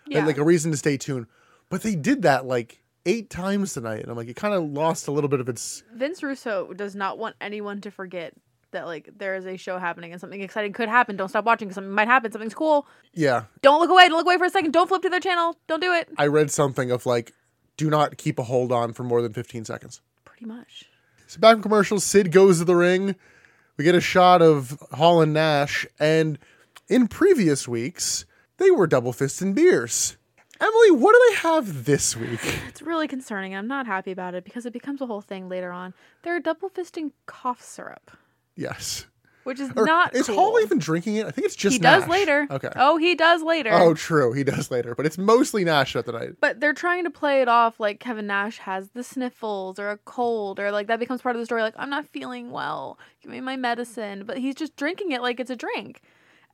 And, Yeah, like a reason to stay tuned. But they did that like eight times tonight, and I'm like, it kind of lost a little bit of its. Vince Russo does not want anyone to forget that like there is a show happening and something exciting could happen. Don't stop watching. 'cause Something might happen. Something's cool. Yeah, Don't look away. Don't look away for a second. Don't flip to their channel. Don't do it. I read something of like, do not keep a hold on for more than 15 seconds. Pretty much. So back from commercial, Sid goes to the ring. We get a shot of Hall and Nash, and in previous weeks, they were double fisting beers. Emily, what do they have this week? It's really concerning. I'm not happy about it because it becomes a whole thing later on. They're double fisting cough syrup, Yes. which is Or not. Er, is cool. Hall even drinking it? I think it's just He does Nash. later. Okay. Oh, he does later. Oh, true. He does later, but it's mostly Nash at the night. But they're trying to play it off like Kevin Nash has the sniffles or a cold or like that becomes part of the story. Like, I'm not feeling well. Give me my medicine. But he's just drinking it like it's a drink.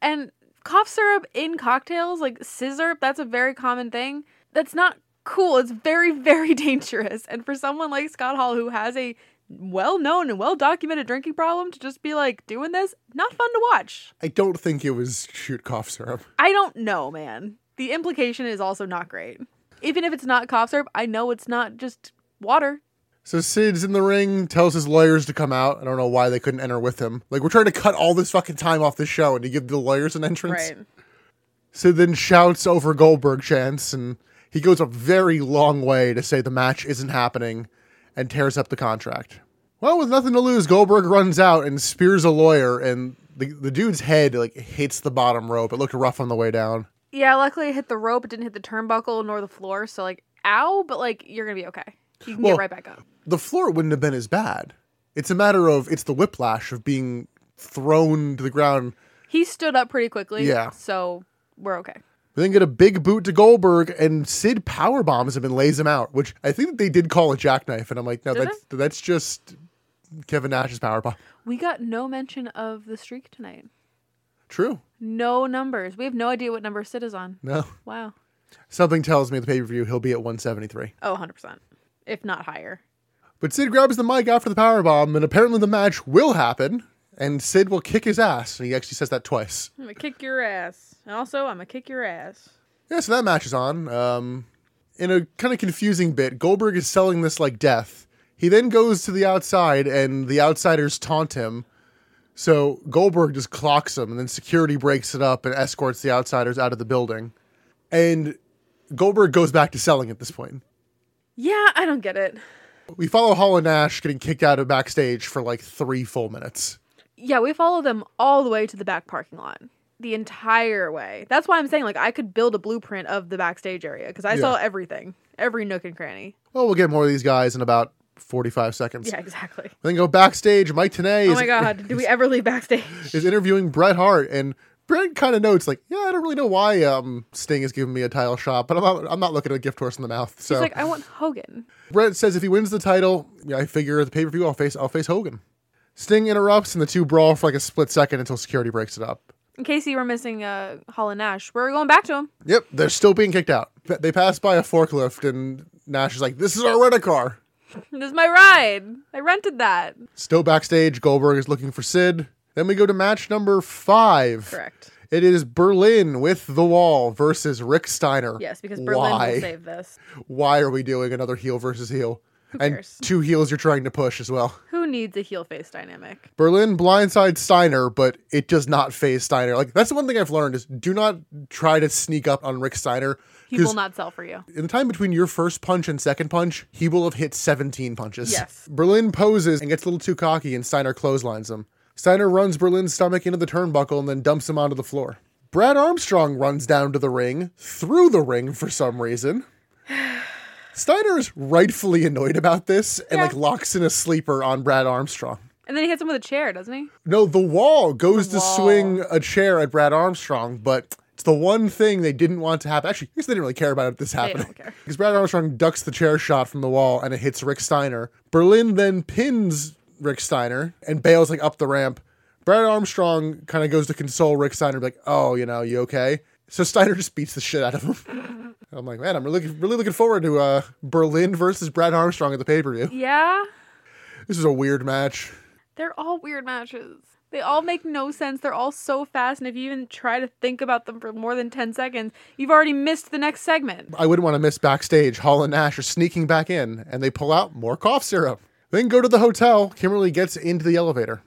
And cough syrup in cocktails, like scissor, that's a very common thing. That's not cool. It's very, very dangerous. And for someone like Scott Hall who has a well known and well documented drinking problem to just be like doing this, not fun to watch. I don't think it was shoot cough syrup. I don't know, man. The implication is also not great. Even if it's not cough syrup, I know it's not just water. So Sid's in the ring, tells his lawyers to come out. I don't know why they couldn't enter with him. Like we're trying to cut all this fucking time off the show and to give the lawyers an entrance. Sid then shouts over Goldberg chants and he goes a very long way to say the match isn't happening and tears up the contract. Well, with nothing to lose, Goldberg runs out and spears a lawyer and the, the dude's head like hits the bottom rope. It looked rough on the way down. Yeah, luckily it hit the rope. It didn't hit the turnbuckle nor the floor. So, like, ow, but like, you're going to be okay. You can Well- get right back up. the floor wouldn't have been as bad. It's a matter of it's the whiplash of being thrown to the ground. He stood up pretty quickly. Yeah. So, we're okay. We then get a big boot to Goldberg, and Sid power bombs him and lays him out, which I think that they did call a jackknife. And I'm like, no, Did that's that's just Kevin Nash's power bomb. We got no mention of the streak tonight. True. No numbers. We have no idea what number Sid is on. No. Wow. Something tells me at the pay per view he'll be at 173. Oh, 100%. If not higher. But Sid grabs the mic after the power bomb, and apparently the match will happen, and Sid will kick his ass. And he actually says that twice. I'm going to kick your ass. And also, I'm going to kick your ass. Yeah, so that match is on. Um, in a kind of confusing bit, Goldberg is selling this like death. He then goes to the outside, and the outsiders taunt him. So Goldberg just clocks him, and then security breaks it up and escorts the outsiders out of the building. And Goldberg goes back to selling at this point. Yeah, I don't get it. We follow Hall and Nash getting kicked out of backstage for like three full minutes. Yeah, we follow them all the way to the back parking lot. The entire way. That's why I'm saying like I could build a blueprint of the backstage area because I saw everything, every nook and cranny. Well, we'll get more of these guys in about 45 seconds. Yeah, exactly. Then go backstage. Mike Tanay Oh is my god, do we ever leave backstage? is interviewing Bret Hart, and Bret kind of notes like, "Yeah, I don't really know why um, Sting is giving me a title shot, but I'm not, I'm not looking a gift horse in the mouth." So He's like, I want Hogan. Bret says, "If he wins the title, yeah, I figure at the pay per view, I'll face I'll face Hogan." Sting interrupts, and the two brawl for like a split second until security breaks it up. In case you were missing uh, Hall and Nash, we're going back to him. Yep, they're still being kicked out. P- They pass by a forklift, and Nash is like, "This is our rent a car." This is my ride. I rented that. Still backstage, Goldberg is looking for Sid. Then we go to match number five. Correct. It is Berlin with the Wall versus Rick Steiner. Yes, because Berlin Why? will save this. why are we doing another heel versus heel? And cares? two heels you're trying to push as well. Who needs a heel face dynamic? Berlin blindsides Steiner, but it does not phase Steiner. Like that's the one thing I've learned is do not try to sneak up on Rick Steiner. He will Because not sell for you. in the time between your first punch and second punch, he will have hit 17 punches. Yes. Berlin poses and gets a little too cocky, and Steiner clotheslines him. Steiner runs Berlin's stomach into the turnbuckle and then dumps him onto the floor. Brad Armstrong runs down to the ring, through the ring for some reason. Steiner is rightfully annoyed about this and Yeah. like locks in a sleeper on Brad Armstrong. And then he hits him with a chair, doesn't he? No, the wall goes The to Wall. swing a chair at Brad Armstrong, but it's the one thing they didn't want to happen. Actually, I guess they didn't really care about this happening. don't care. Because Brad Armstrong ducks the chair shot from the wall and it hits Rick Steiner. Berlin then pins Rick Steiner and bails like up the ramp. Brad Armstrong kind of goes to console Rick Steiner, be like, "Oh, you know, you okay?" So Steiner just beats the shit out of him. I'm like, man, I'm really, really looking forward to uh, Berlin versus Brad Armstrong at the pay per view. Yeah. This is a weird match. They're all weird matches. They all make no sense. They're all so fast, and if you even try to think about them for more than 10 seconds, you've already missed the next segment. I wouldn't want to miss backstage. Hall and Nash are sneaking back in, and they pull out more cough syrup. Then go to the hotel. Kimberly gets into the elevator.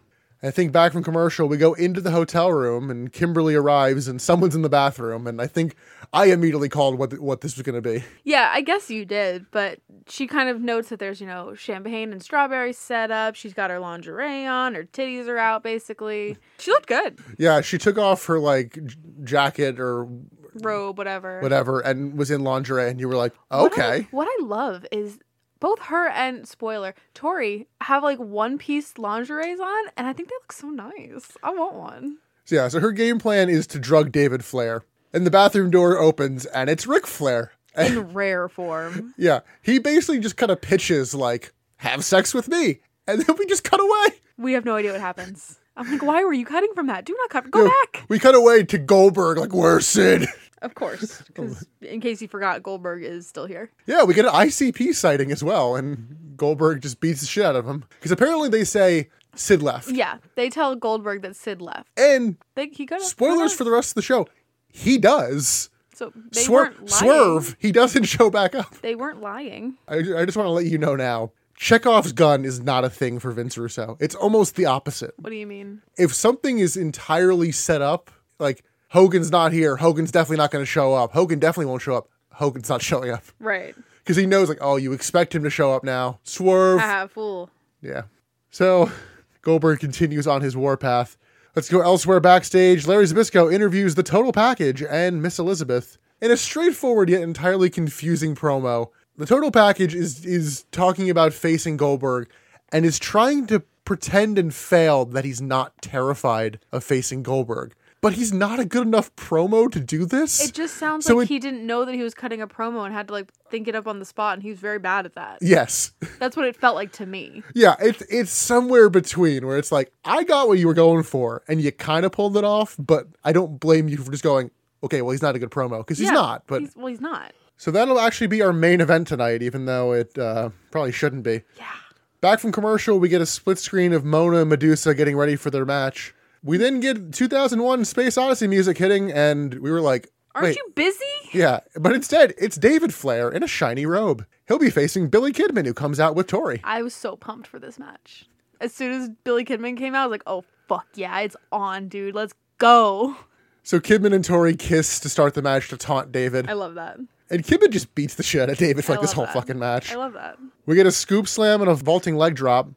I think back from commercial, we go into the hotel room, and Kimberly arrives, and someone's in the bathroom. And I think I immediately called what what this was going to be. Yeah, I guess you did, but she kind of notes that there's, you know, champagne and strawberries set up. She's got her lingerie on, her titties are out, basically. She looked good. Yeah, she took off her like j- jacket or robe, whatever. whatever, and was in lingerie, and you were like, What I- okay, What I, love is both her and spoiler Tori have like one piece lingeries on, and I think they look so nice. I want one. so yeah. So her game plan is to drug David Flair, and the bathroom door opens, and it's Ric Flair. And In rare form. yeah, he basically just kind of pitches like, "Have sex with me," and then we just cut away. We have no idea what happens. I'm like, why were you cutting from that? Do not cut. Go back. We cut away to Goldberg, like, "Where's Sid?" Of course, Oh because in case you forgot, Goldberg is still here. Yeah, we get an ICP sighting as well, and Goldberg just beats the shit out of him because apparently they say Sid left. Yeah, they tell Goldberg that Sid left. And They, he got spoilers for the rest of the show, he does. so they Swerve, weren't lying. swerve. He doesn't show back up. They weren't lying. I, I just want to let you know now. Chekhov's gun is not a thing for Vince Russo. It's almost the opposite. What do you mean? If something is entirely set up, like Hogan's not here, Hogan's definitely not going to show up. Hogan definitely won't show up. Hogan's not showing up Right. because he knows, like, oh, you expect him to show up now. Swerve. Ah, fool. Yeah. So Goldberg continues on his warpath. Let's go elsewhere backstage. Larry Zabisco interviews the total package and Miss Elizabeth in a straightforward yet entirely confusing promo. The total package is is talking about facing Goldberg and is trying to pretend and fail that he's not terrified of facing Goldberg. But he's not a good enough promo to do this. It just sounds So like it- he didn't know that he was cutting a promo and had to like think it up on the spot, and he was very bad at that. yes. That's what it felt like to me. Yeah, it's it's somewhere between where it's like I got what you were going for and you kind of pulled it off, but I don't blame you for just going. Okay, well he's not a good promo because he's Yeah, not. But he's, well, he's not. so that'll actually be our main event tonight, even though it uh, probably shouldn't be. Yeah. Back from commercial, we get a split screen of Mona and Medusa getting ready for their match. We then get 2001 Space Odyssey music hitting, and we were like, Aren't wait, you busy? yeah. But instead, it's David Flair in a shiny robe. He'll be facing Billy Kidman, who comes out with Tori. I was so pumped for this match. As soon as Billy Kidman came out, I was like, "Oh fuck yeah, it's on, dude. Let's go." So Kidman and Tori kiss to start the match to taunt David. I love that. And Kidman just beats the shit out of David for I like this love whole that. fucking match. I love that. We get a scoop slam and a vaulting leg drop.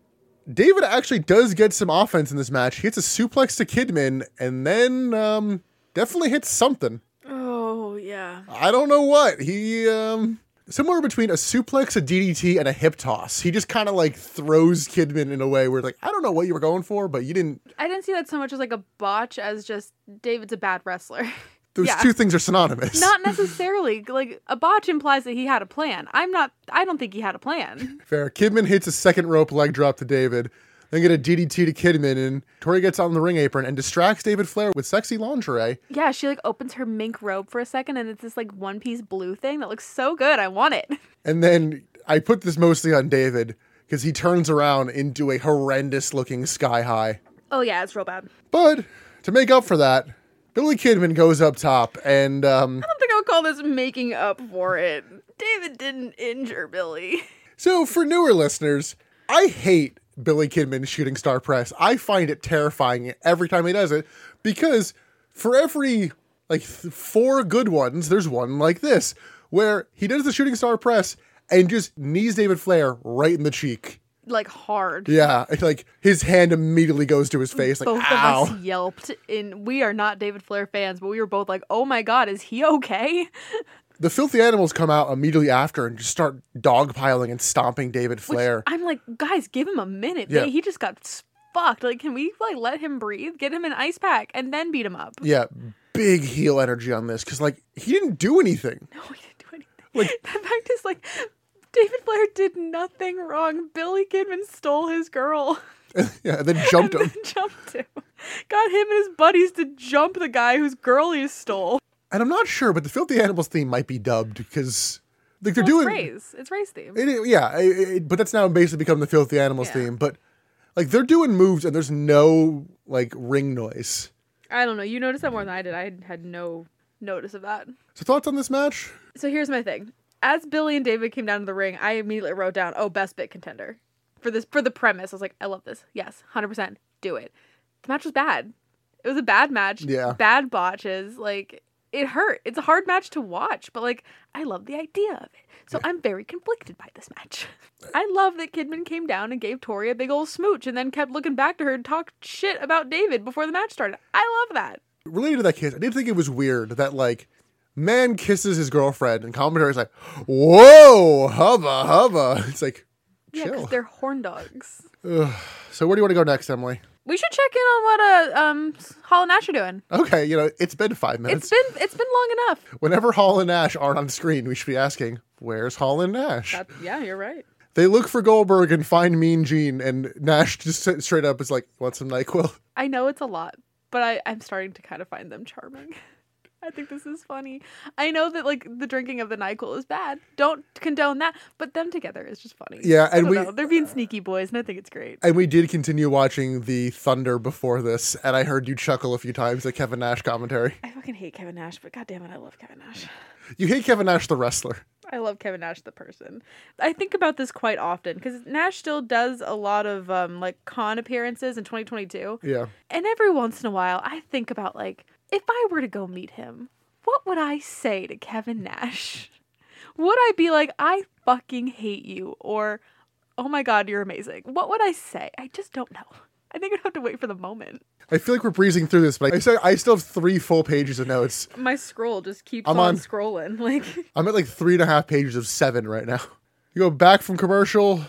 David actually does get some offense in this match. He hits a suplex to Kidman and then um, definitely hits something. Oh yeah. I don't know what. He um, somewhere between a suplex, a DDT, and a hip toss. He just kind of like throws Kidman in a way where it's like, I don't know what you were going for, but you didn't. I didn't see that so much as like a botch as just David's a bad wrestler. Those Yeah. two things are synonymous. not necessarily. Like a botch implies that he had a plan. I'm not I don't think he had a plan. Fair. Kidman hits a second rope leg drop to David, then get a DDT to Kidman, and Tori gets on the ring apron and distracts David Flair with sexy lingerie. Yeah, she like opens her mink robe for a second and it's this like one piece blue thing that looks so good. I want it. And then I put this mostly on David because he turns around into a horrendous looking sky high. Oh yeah, it's real bad. I But to make up for that, Billy Kidman goes up top and um, don't think I'll call this making up for it. David didn't injure Billy. So, for newer listeners, I hate Billy Kidman shooting star press. I find it terrifying every time he does it because for every like th- four good ones, there's one like this where he does the shooting star press and just knees David Flair right in the cheek. Like hard. Yeah, it's like his hand immediately goes to his face, like Both ow. of us yelped and we are not David Flair fans, but we were both like, "Oh my god, is he okay?" The filthy animals come out immediately after and just start dogpiling and stomping David Flair. I'm like, guys, give him a minute. Yeah. They- He just got s- fucked. Like, can we like let him breathe? Get him an ice pack and then beat him up. yeah, big heel energy on this because like he didn't do anything. No, he didn't do anything. that fact is like, David Blair did nothing wrong. Billy Kidman stole his girl Yeah, and then jumped him. and jumped him. Got him and his buddies to jump the guy whose girl he stole. and I'm not sure, but the filthy animals theme might be dubbed because like they're Well, it's doing race. It's race theme. it, it- yeah, it, it- but that's now basically become the filthy animals Yeah. theme. But like they're doing moves and there's no like ring noise. I don't know. You noticed that more than I did. I had no notice of that. So thoughts on this match? So here's my thing. As Billy and David came down to the ring, I immediately wrote down, "Oh, best bit contender." For this for the premise, I was like, "I love this. Yes, 100%. Do it." The match was bad. It was a bad match. Yeah. Bad botches. Like it hurt. It's a hard match to watch, but like I love the idea of it. So I'm very conflicted by this match. I love that Kidman came down and gave Tori a big old smooch and then kept looking back to her and talked shit about David before the match started. I love that. Related to that case, I did think it was weird that like Man kisses his girlfriend, and commentary is like, "Whoa, hubba hubba." It's like, Yeah, Chill. because they're horn dogs. so where do you want to go next, Emily? We should check in on what uh, um Hall and Ash are doing. Okay, you know it's been five minutes. It's been it's been long enough. Whenever Hall and Nash aren't on screen, we should be asking, "Where's Hall and Nash?" yeah, you're right. They look for Goldberg and find Mean Gene, and Nash just s- straight up is like, "Want some Nyquil?" I know it's a lot, but I, I'm starting to kind of find them charming. I think this is funny. I know that like the drinking of the Nyquil is bad. Don't condone that, but them together is just funny. Yeah, I and don't we- know. they're being sneaky boys, and I think it's great. And we did continue watching the Thunder before this, and I heard you chuckle a few times at Kevin Nash commentary. I fucking hate Kevin Nash, but goddamn it, I love Kevin Nash. You hate Kevin Nash the wrestler. I love Kevin Nash the person. I think about this quite often because Nash still does a lot of um, like con appearances in 2022, Yeah. and every once in a while I think about like if I were to go meet him, what would I say to Kevin Nash? Would I be like I fucking hate you or oh my god you're amazing? What would I say? I just don't know. I think I'd have to wait for the moment. I feel like we're breezing through this, but I still, I still have three full pages of notes. My scroll just keeps I'm on on- scrolling like. I'm at like three and a half pages of seven right now. You go back from commercial.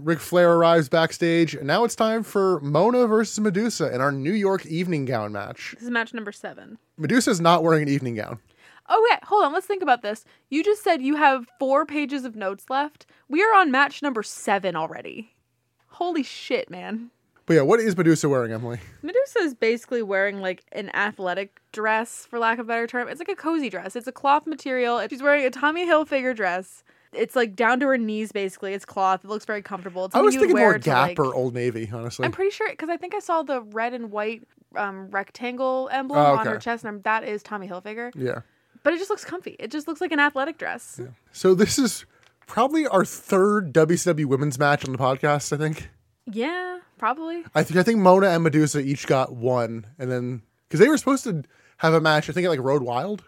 Ric Flair arrives backstage, and now it's time for Mona versus Medusa in our New York evening gown match. This is match number seven. Medusa's not wearing an evening gown. Okay, Oh, hold on. Let's think about this. You just said you have four pages of notes left. We are on match number seven already. Holy shit, man. But yeah, what is Medusa wearing, Emily? Medusa is basically wearing like an athletic dress, for lack of a better term. It's like a cozy dress. It's a cloth material. She's wearing a Tommy Hilfiger dress. It's like down to her knees, basically. It's cloth. It looks very comfortable. It's I something was you would thinking wear more to, Gap like- or Old Navy, honestly. I'm pretty sure because I think I saw the red and white um, rectangle emblem Oh, on okay. her chest, and I'm, that is Tommy Hilfiger. yeah. But it just looks comfy. It just looks like an athletic dress. So this is probably our third WCW women's match on the podcast. I think. Yeah, probably. I think I think Mona and Medusa each got one, and then because they were supposed to have a match, I think at like Road Wild.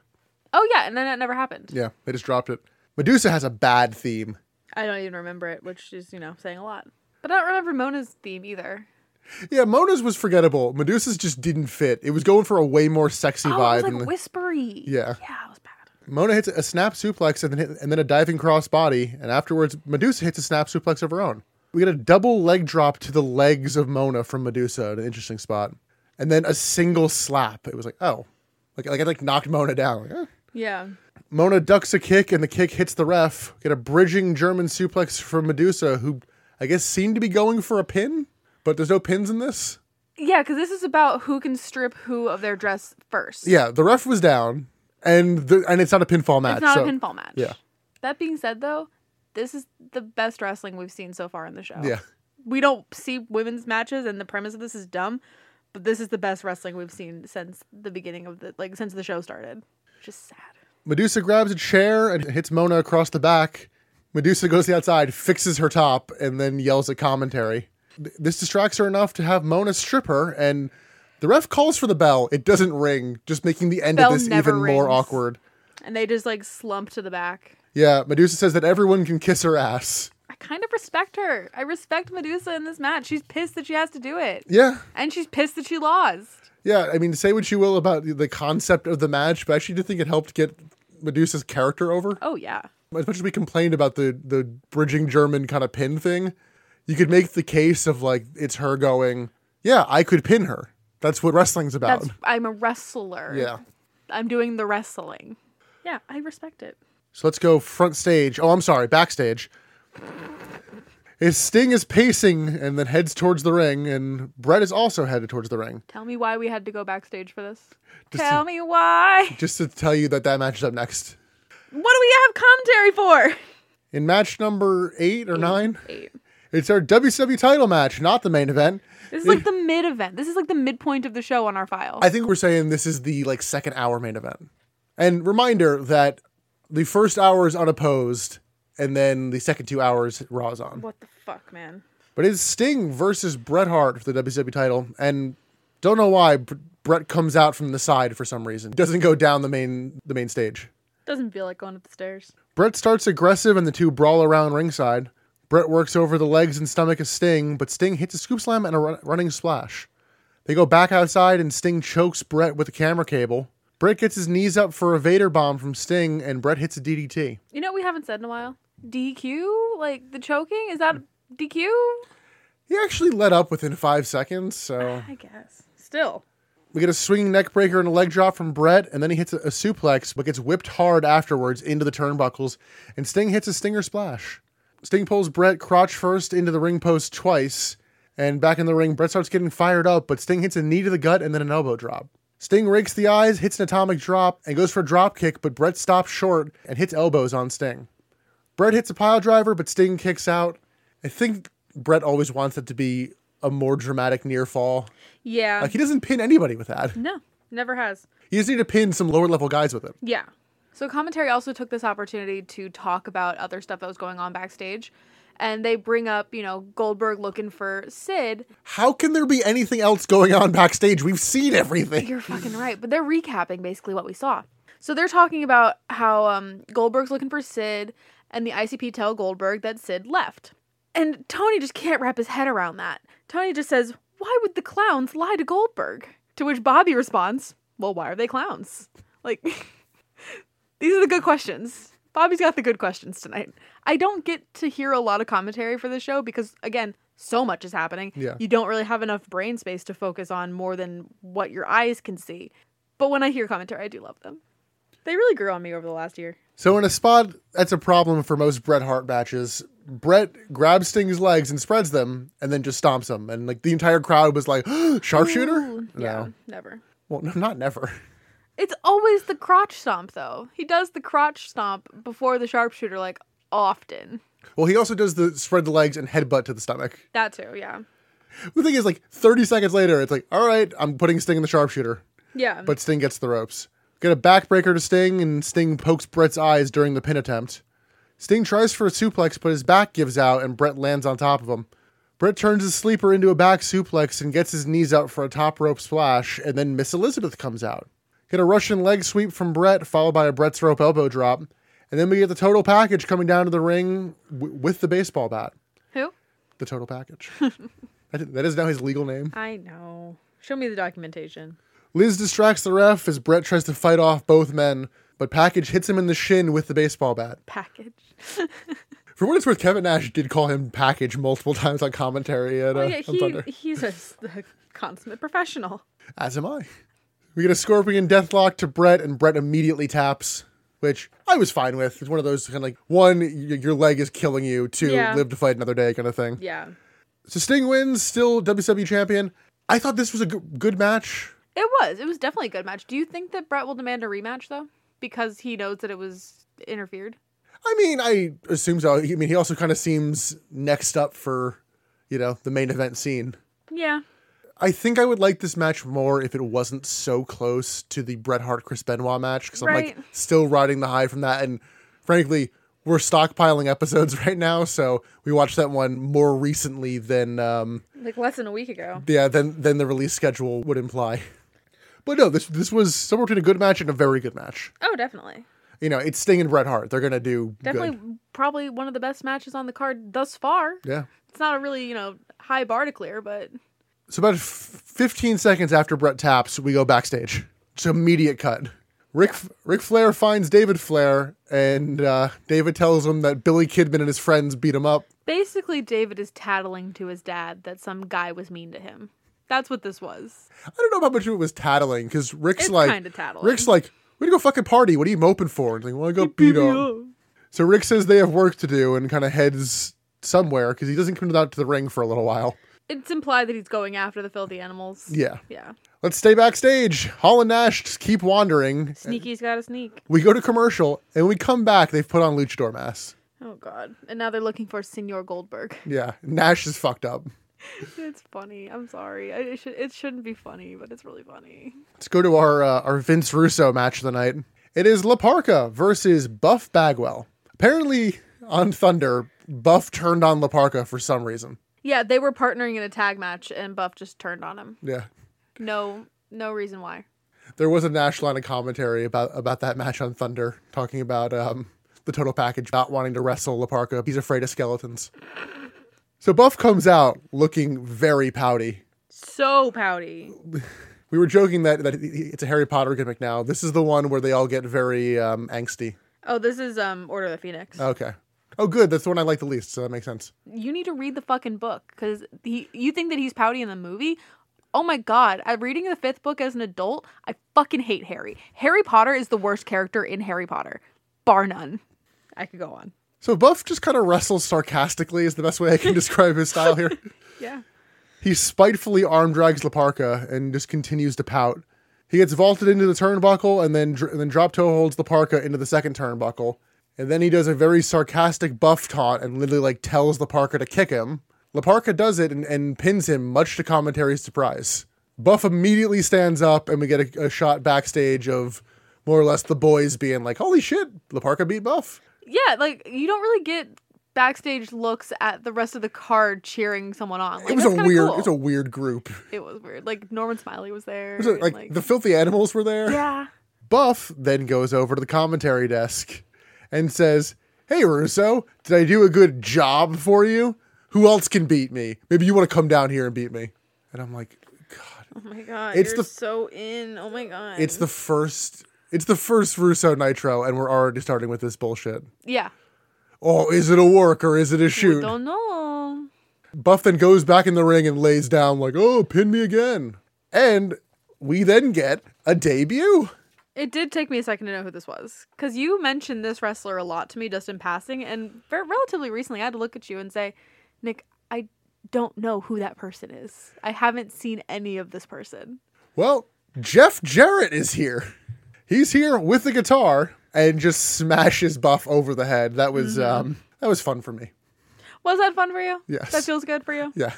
Oh yeah, and then that never happened. Yeah, they just dropped it. Medusa has a bad theme. I don't even remember it, which is you know saying a lot. But I don't remember Mona's theme either. Yeah, Mona's was forgettable. Medusa's just didn't fit. It was going for a way more sexy Oh, vibe. it was and like the- whispery. Yeah. yeah, it was bad. Mona hits a snap suplex and then hit, and then a diving crossbody, and afterwards Medusa hits a snap suplex of her own. We get a double leg drop to the legs of Mona from Medusa at an interesting spot, and then a single slap. It was like oh, like like I like knocked Mona down. Like, eh. Yeah, Mona ducks a kick and the kick hits the ref. Get a bridging German suplex from Medusa, who I guess seemed to be going for a pin, but there's no pins in this. yeah, because this is about who can strip who of their dress first. Yeah, the ref was down, and the, and it's not a pinfall match. it's not so- a pinfall match. yeah. That being said, though, this is the best wrestling we've seen so far in the show. Yeah. We don't see women's matches, and the premise of this is dumb, but this is the best wrestling we've seen since the beginning of the like since the show started. Just sad. Medusa grabs a chair and hits Mona across the back. Medusa goes to the outside, fixes her top, and then yells at commentary. Th- This distracts her enough to have Mona strip her, and the ref calls for the bell. It doesn't ring, just making the end Bell of this never even more rings. awkward. And they just like slump to the back. Yeah, Medusa says that everyone can kiss her ass. I kind of respect her. I respect Medusa in this match. She's pissed that she has to do it. Yeah, And she's pissed that she lost. yeah. I mean, say what you will about the- the concept of the match, but I actually did think it helped get Medusa's character over. Oh, yeah. as much as we complained about the the bridging German kind of pin thing, you could make the case of like it's her going, yeah, I could pin her. That's what wrestling's about. That's I'm a wrestler. Um, yeah. I'm doing the wrestling. Yeah, I respect it. So let's go front stage. Oh, I'm sorry, backstage. As Sting is pacing and then heads towards the ring, and Brett is also headed towards the ring. Tell me why we had to go backstage for this. Just Tell me why. Just to tell you that that match is up next. What do we have commentary In match number eight or nine, for? Eight. it's our WCW title match, not the main event. This is like the mid event. This is like the midpoint of the show on our file. I think we're saying this is the like second hour main event. And reminder that the first hour is unopposed, and then the second two hours Raw's on. what the fuck, man? But it's Sting versus Bret Hart for the WCW title, and don't know why Br- Bret comes out from the side for some reason. Doesn't go down the main the main stage. Doesn't feel like going up the stairs. Brett starts aggressive, and the two brawl around ringside. Brett works over the legs and stomach of Sting, but Sting hits a scoop slam and a run- running splash. They go back outside, and Sting chokes Brett with a camera cable. Britt gets his knees up for a Vader bomb from Sting, and Brett hits a DDT. You know what we haven't said in a while? DQ? Like the choking? Is that DQ? He actually let up within five seconds, so I guess. Still. we get a swinging neck breaker and a leg drop from Brett, and then he hits a, a suplex, but gets whipped hard afterwards into the turnbuckles, and Sting hits a Stinger splash. Sting pulls Brett crotch first into the ring post twice, and back in the ring, Brett starts getting fired up, but Sting hits a knee to the gut and then an elbow drop. Sting rakes the eyes, hits an atomic drop, and goes for a drop kick, but Brett stops short and hits elbows on Sting. Brett hits a pile driver, but Sting kicks out. I think Brett always wants it to be a more dramatic near fall. Yeah. Like he doesn't pin anybody with that. no, never has. You just need to pin some lower level guys with it. Yeah. So commentary also took this opportunity to talk about other stuff that was going on backstage. And they bring up, you know, Goldberg looking for Sid. How can there be anything else going on backstage? We've seen everything. You're fucking right. But they're recapping basically what we saw. So they're talking about how um, Goldberg's looking for Sid, and the ICP tell Goldberg that Sid left. And Tony just can't wrap his head around that. Tony just says, Why would the clowns lie to Goldberg? To which Bobby responds, Well, why are they clowns? Like, these are the good questions. Bobby's got the good questions tonight. I don't get to hear a lot of commentary for the show because, again, so much is happening. Yeah. You don't really have enough brain space to focus on more than what your eyes can see. But when I hear commentary, I do love them. They really grew on me over the last year. So in a spot that's a problem for most Bret Hart matches, Brett grabs Sting's legs and spreads them and then just stomps them. And like the entire crowd was like, sharpshooter? Ooh, no. Yeah, never. Well, no, not never. It's always the crotch stomp, though. He does the crotch stomp before the sharpshooter, like, often. Well, he also does the spread the legs and headbutt to the stomach. That too, yeah. The thing is, like 30 seconds later, it's like, all right, I'm putting Sting in the sharpshooter. Yeah. But Sting gets the ropes. Get a backbreaker to Sting, and Sting pokes Brett's eyes during the pin attempt. Sting tries for a suplex, but his back gives out, and Brett lands on top of him. Brett turns his sleeper into a back suplex and gets his knees up for a top rope splash, and then Miss Elizabeth comes out. Get a Russian leg sweep from Brett, followed by a Brett's rope elbow drop, and then we get the total package coming down to the ring w- with the baseball bat. Who? The total package. That- that is now his legal name. I know. Show me the documentation. Liz distracts the ref as Brett tries to fight off both men, but Package hits him in the shin with the baseball bat. Package. For what it's worth, Kevin Nash did call him Package multiple times on commentary at, uh, Oh, yeah, on he, Thunder. he's a, s- a consummate professional. As am I. We get a Scorpion Deathlock to Brett, and Brett immediately taps, which I was fine with. It's one of those kind of like one, y- your leg is killing you. Two, Yeah. live to fight another day kind of thing. Yeah. So Sting wins, still WWE champion. I thought this was a g- good match. It was. It was definitely a good match. Do you think that Brett will demand a rematch, though? Because he knows that it was interfered? I mean, I assume so. I mean, he also kind of seems next up for, you know, the main event scene. Yeah. I think I would like this match more if it wasn't so close to the Bret Hart Chris Benoit match because I'm like Right. still riding the high from that. And frankly, we're stockpiling episodes right now, so we watched that one more recently than um, Like less than a week ago. yeah than than the release schedule would imply. But no, this this was somewhere between a good match and a very good match. Oh, definitely. You know, it's Sting and Bret Hart. They're gonna do Definitely good. probably one of the best matches on the card thus far. Yeah. It's not a really, you know, high bar to clear, but So about f- 15 seconds after Brett taps, we go backstage. It's immediate cut. Rick Rick Flair finds David Flair, and uh, David tells him that Billy Kidman and his friends beat him up. basically David is tattling to his dad that some guy was mean to him. That's what this was. I don't know how much of it was tattling because Rick's It's like, kinda tattling. Rick's like, we to go fucking party. What are you moping for? And he's like, well, I got beat up. So Rick says they have work to do and kind of heads somewhere because he doesn't come out to the ring for a little while. It's implied that he's going after the filthy animals. Yeah, Yeah. let's stay backstage. Hall and Nash just keep wandering. Sneaky's got to sneak. We go to commercial and we come back. They've put on luchador masks. Oh, God. And now they're looking for Senor Goldberg. Yeah, Nash is fucked up. it's funny. I'm sorry. I, it, should, it shouldn't be funny, but it's really funny. Let's go to our uh, our Vince Russo match of the night. It is Laparca versus Buff Bagwell. Apparently on Thunder, Buff turned on Laparca for some reason. Yeah, they were partnering in a tag match, and Buff just turned on him. Yeah, No, no reason why. there was a Nash line of commentary about about that match on Thunder, talking about um, the total package, not wanting to wrestle Laparca. He's afraid of skeletons. So Buff comes out looking very pouty. So pouty. We were joking that, that it's a Harry Potter gimmick now. This is the one where they all get very um, angsty. Oh, this is um Order of the Phoenix. Okay. Oh, good. That's the one I like the least, so that makes sense. you need to read the fucking book because he you think that he's pouty in the movie oh my god i'm reading the fifth book as an adult i fucking hate harry harry potter is the worst character in harry potter bar none i could go on So Buff just kind of wrestles sarcastically, is the best way I can describe his style here. yeah He spitefully arm drags Laparka and just continues to pout. He gets vaulted into the turnbuckle and then dr- and then drop toe holds Laparka into the second turnbuckle. And then he does a very sarcastic buff taunt and literally like tells Laparka to kick him. Laparka does it and, and pins him, much to commentary's surprise. Buff immediately stands up and we get a, a shot backstage of more or less the boys being like, Holy shit, Laparka beat Buff. yeah like you don't really get backstage looks at the rest of the card cheering someone on like, It was a that's kinda weird cool. it was a weird group. it was weird like norman smiley was there It was a- and, like, like- the filthy animals were there. yeah Buff then goes over to the commentary desk and says, Hey, Russo, did I do a good job for you? Who else can beat me? Maybe you want to come down here and beat me. And I'm like, God. oh my god It's you're the- so in oh my god It's the first. It's the first Russo Nitro, and we're already starting with this bullshit. yeah Oh, is it a work or is it a We shoot? don't know Buff then goes back in the ring and lays down, like, oh, pin me again. And we then get a debut. It did take me a second to know who this was because you mentioned this wrestler a lot to me just in passing, and ver- relatively recently I had to look at you and say, Nick, I don't know who that person is. I haven't seen any of this person. Well, Jeff Jarrett is here. He's here with the guitar and just smashes Buff over the head. That was um that was fun for me. Was that fun for you? Yes. That feels good for you? Yeah.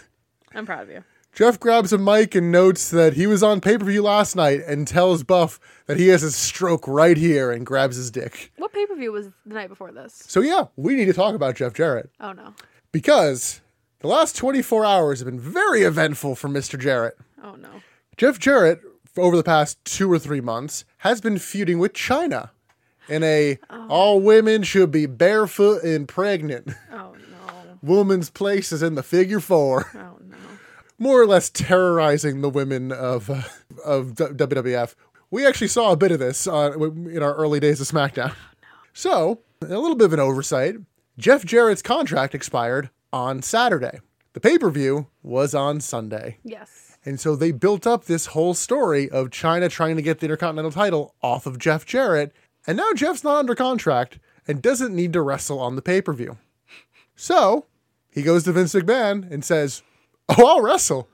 I'm proud of you. Jeff grabs a mic and notes that he was on pay-per-view last night and tells Buff that he has a stroke right here and grabs his dick. What pay per view was the night before this? So yeah, we need to talk about Jeff Jarrett Oh no. because the last 24 hours have been very eventful for Mr. Jarrett. Oh no. Jeff Jarrett, f- over the past two or three months, has been feuding with China in a all women should be barefoot and pregnant. Oh no. Woman's place is in the figure four. Oh no. More or less terrorizing the women of, uh, of D- WWF. We actually saw a bit of this uh, w- in our early days of SmackDown. So, a little bit of an oversight. Jeff Jarrett's contract expired on Saturday. The pay per view was on Sunday. Yes. And so they built up this whole story of China trying to get the Intercontinental title off of Jeff Jarrett. And now Jeff's not under contract and doesn't need to wrestle on the pay per view. So he goes to Vince McMahon and says, Oh, I'll wrestle,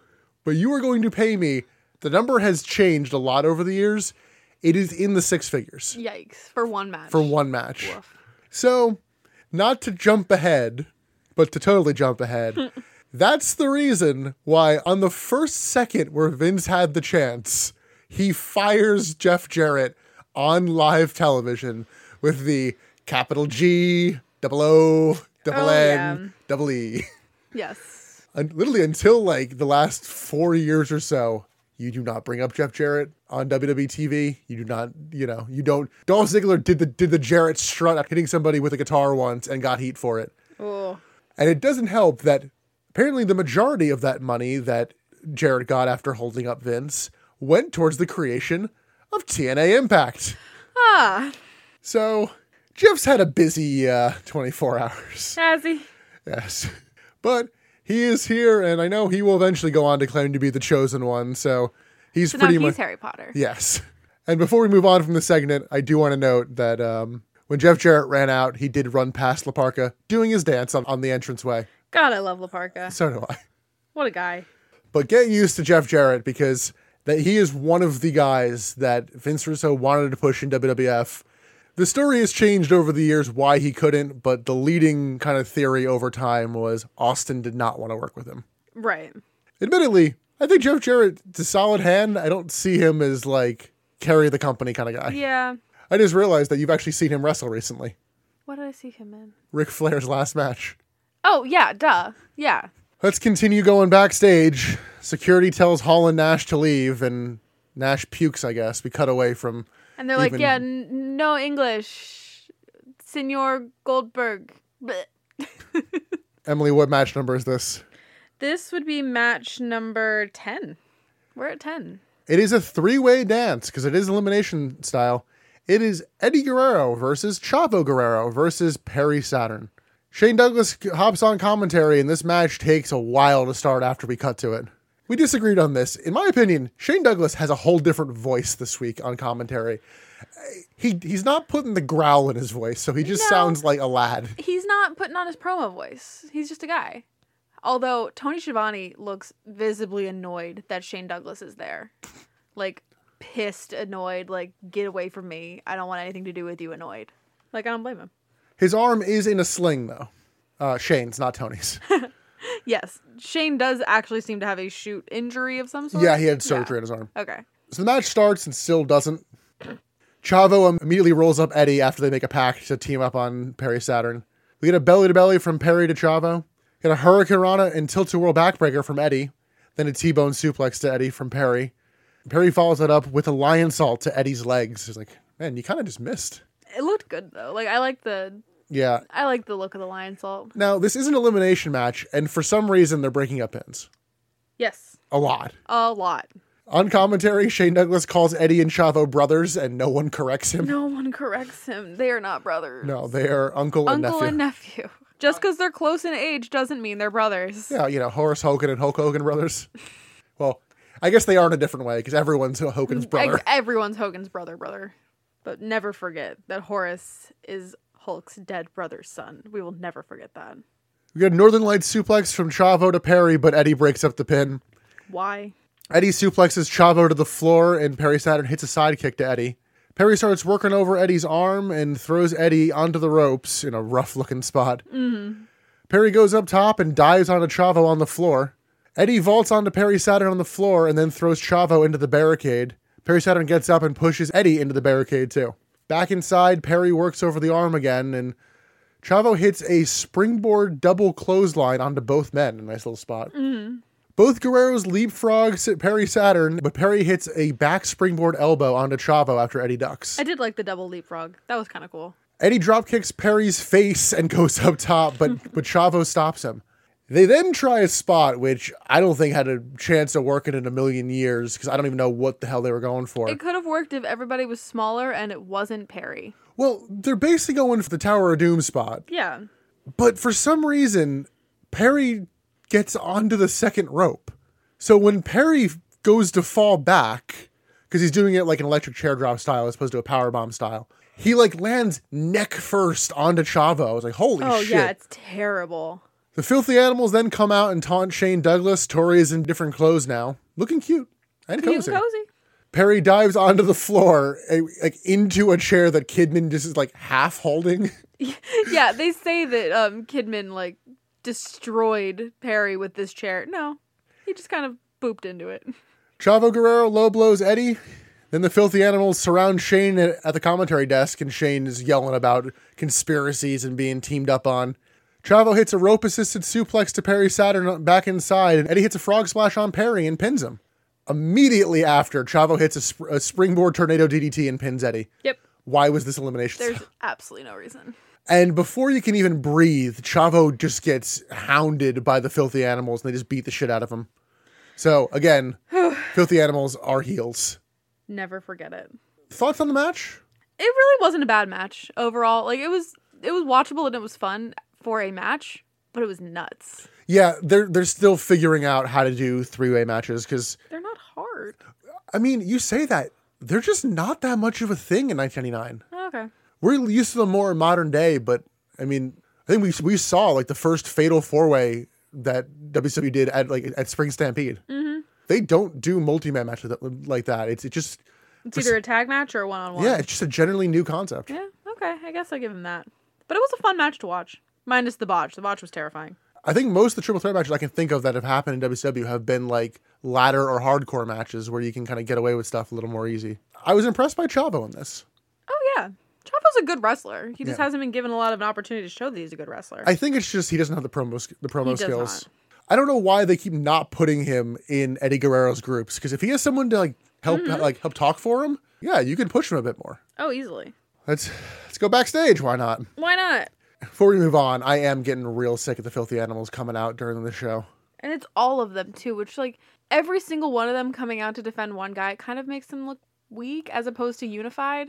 but you are going to pay me. The number has changed a lot over the years. It is in the six figures Yikes. For one match. for one match. Woof. So, not to jump ahead, but to totally jump ahead, that's the reason why, on the first second where Vince had the chance, he fires Jeff Jarrett on live television with the capital G, double O, double Oh, N, yeah. double E. Yes. And literally until like the last four years or so, you do not bring up Jeff Jarrett on WWE TV. You do not, you know, you don't. Dolph Ziggler did the did the Jarrett strut after hitting somebody with a guitar once and got heat for it. Oh. And it doesn't help that apparently the majority of that money that Jarrett got after holding up Vince went towards the creation of TNA Impact. Ah. So Jeff's had a busy uh, 24 hours. Jazzy. Yes. But he is here, and I know he will eventually go on to claim to be the chosen one, so he's So now pretty he's much. Harry Potter. Yes. And before we move on from the segment, I do want to note that um, when Jeff Jarrett ran out, he did run past Laparca doing his dance on, on the entranceway. God, I love Laparca. So do I. What a guy. But get used to Jeff Jarrett because that he is one of the guys that Vince Russo wanted to push in WWF. The story has changed over the years why he couldn't, but the leading kind of theory over time was Austin did not want to work with him. Right. admittedly, I think Jeff Jarrett's a solid hand. I don't see him as like carry the company kind of guy. Yeah. I just realized that you've actually seen him wrestle recently. What did I see him in? Ric Flair's last match. Oh yeah, duh. Yeah. Let's continue going backstage. Security tells Hall and Nash to leave, and Nash pukes, I guess. We cut away from. And they're like, Even- yeah, n- no English, Senor Goldberg. Bleh. Emily, what match number is this? This would be match number ten. We're at ten. It is a three way dance because it is elimination style. It is Eddie Guerrero versus Chavo Guerrero versus Perry Saturn. Shane Douglas hops on commentary, and this match takes a while to start after we cut to it. We disagreed on this. In my opinion, Shane Douglas has a whole different voice this week on commentary. He he's not putting the growl in his voice, so he just No. sounds like a lad. He's not putting on his promo voice. He's just a guy. Although Tony Schiavone looks visibly annoyed that Shane Douglas is there. Like pissed, annoyed, like get away from me. I don't want anything to do with you annoyed. Like I don't blame him. His arm is in a sling though. Uh, Shane's, not Tony's. Yes, Shane does actually seem to have a shoot injury of some sort. yeah, he had surgery on his arm. Okay. So the match starts and still doesn't. Chavo im- immediately rolls up Eddie after they make a pact to team up on Perry Saturn. We get a belly to belly from Perry to Chavo. Get a Hurricane Rana and tilt to world backbreaker from Eddie. Then a T bone suplex to Eddie from Perry. Perry follows that up with a lion salt to Eddie's legs. He's like, man, you kind of just missed. It looked good though. Like I like the Yeah. I like the look of the lion salt. Now, this is an elimination match, and for some reason, they're breaking up pins Yes, a lot. a lot. On commentary, Shane Douglas calls Eddie and Chavo brothers, and no one corrects him. No one corrects him. They are not brothers. No, they are uncle and uncle nephew. and nephew. Just because they're close in age doesn't mean they're brothers. Yeah, you know, Horace Hogan and Hulk Hogan brothers. Well, I guess they are in a different way because everyone's Hogan's brother. Ex- everyone's Hogan's brother, brother. But never forget that Horace is Hulk's dead brother's son. We will never forget that. We got a Northern Lights suplex from Chavo to Perry, but Eddie breaks up the pin. Why? Eddie suplexes Chavo to the floor, and Perry Saturn hits a sidekick to Eddie. Perry starts working over Eddie's arm and throws Eddie onto the ropes in a rough looking spot. Perry goes up top and dives onto Chavo on the floor. Eddie vaults onto Perry Saturn on the floor and then throws Chavo into the barricade. Perry Saturn gets up and pushes Eddie into the barricade too. Back inside, Perry works over the arm again, and Chavo hits a springboard double clothesline onto both men. A nice little spot. Both Guerreros leapfrog Sa- Perry Saturn, but Perry hits a back springboard elbow onto Chavo after Eddie ducks. I did like the double leapfrog. That was kind of cool. Eddie drop kicks Perry's face and goes up top, but but Chavo stops him. They then try a spot which I don't think had a chance of working in a million years because I don't even know what the hell they were going for. It could have worked if everybody was smaller and it wasn't Perry. well, they're basically going for the Tower of Doom spot, Yeah. but for some reason, Perry gets onto the second rope. So when Perry f- goes to fall back, because he's doing it like an electric chair drop style as opposed to a power bomb style, he like lands neck first onto Chavo. I was like, holy Oh shit. yeah, it's terrible. The filthy animals then come out and taunt Shane Douglas. Tori is in different clothes now, looking cute and Cute and cozy. cozy. Perry dives onto the floor, eh, like into a chair that Kidman just is like half holding. yeah, they say that um, Kidman like destroyed Perry with this chair. No, he just kind of booped into it. Chavo Guerrero low blows Eddie. Then the filthy animals surround Shane at at the commentary desk, and Shane is yelling about conspiracies and being teamed up on. Chavo hits a rope assisted suplex to Perry Saturn back inside, and Eddie hits a frog splash on Perry and pins him. Immediately after, Chavo hits a, sp- a springboard tornado DDT and pins Eddie. Yep. Why was this elimination? There's absolutely no reason. And before you can even breathe, Chavo just gets hounded by the filthy animals and they just beat the shit out of him. So again, filthy animals are heels. Never forget it. Thoughts on the match? It really wasn't a bad match overall. Like it was, it was watchable and it was fun for a match, but it was nuts. Yeah, they're they're still figuring out how to do three way matches because They're not hard. I mean, you say that they're just not that much of a thing in 1999. Oh, Okay. We're used to them more in modern day, but I mean, I think we we saw like the first fatal four way that WCW did at like at Spring Stampede. They don't do multi man matches that- like that. It's it just It's either a tag match or a one on one. Yeah, it's just a generally new concept. Yeah. Okay. I guess I give him that. But it was a fun match to watch, minus the botch. The botch was terrifying. I think most of the triple threat matches I can think of that have happened in WCW have been like ladder or hardcore matches where you can kind of get away with stuff a little more easy. I was impressed by Chavo in this. Oh yeah. Chavo's a good wrestler. He just Yeah. hasn't been given a lot of an opportunity to show that he's a good wrestler. I think it's just he doesn't have the promo sk- the promo He does skills. not. I don't know why they keep not putting him in Eddie Guerrero's groups because if he has someone to like help Mm-hmm. like help talk for him, yeah, you can push him a bit more. oh, easily. Let's let's go backstage. Why not? Why not? Before we move on, I am getting real sick of the filthy animals coming out during the show. And it's all of them too, which like every single one of them coming out to defend one guy it kind of makes them look weak as opposed to unified.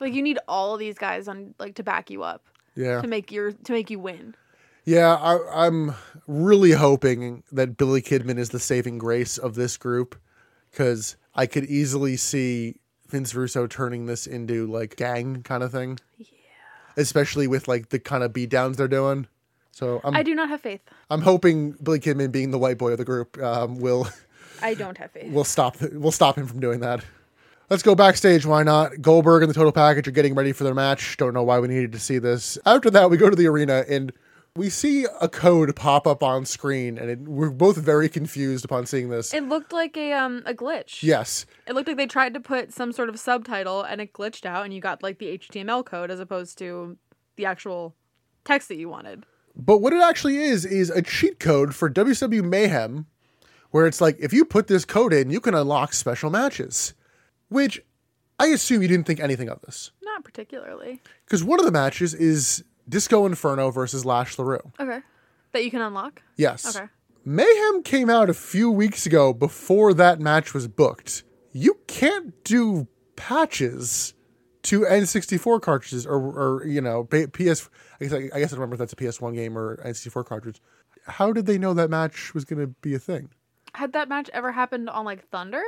Like you need all of these guys on like to back you up Yeah. to make your to make you win. Yeah, I, I'm really hoping that Billy Kidman is the saving grace of this group because I could easily see Vince Russo turning this into like gang kind of thing. Yeah. Especially with like the kind of beat downs they're doing. So I'm I do not have faith. I'm hoping Billy Kidman being the white boy of the group um, will I don't have faith. will stop will stop him from doing that. Let's go backstage. Why not? Goldberg and the Total Package are getting ready for their match. Don't know why we needed to see this. After that, we go to the arena and we see a code pop up on screen, and it, we're both very confused upon seeing this. It looked like a um a glitch. yes, It looked like they tried to put some sort of subtitle and it glitched out and you got like the HTML code as opposed to the actual text that you wanted. but what it actually is is a cheat code for WCW Mayhem, where it's like if you put this code in, you can unlock special matches. Which I assume you didn't think anything of this. Not particularly. Because one of the matches is Disco Inferno versus Lash LaRue. Okay. That you can unlock. Yes. Okay. Mayhem came out a few weeks ago before that match was booked. You can't do patches to N64 cartridges or, or you know, ba- PS. I guess I, I guess I don't remember if that's a PS1 game or N64 cartridge. How did they know that match was going to be a thing? Had that match ever happened on like Thunder?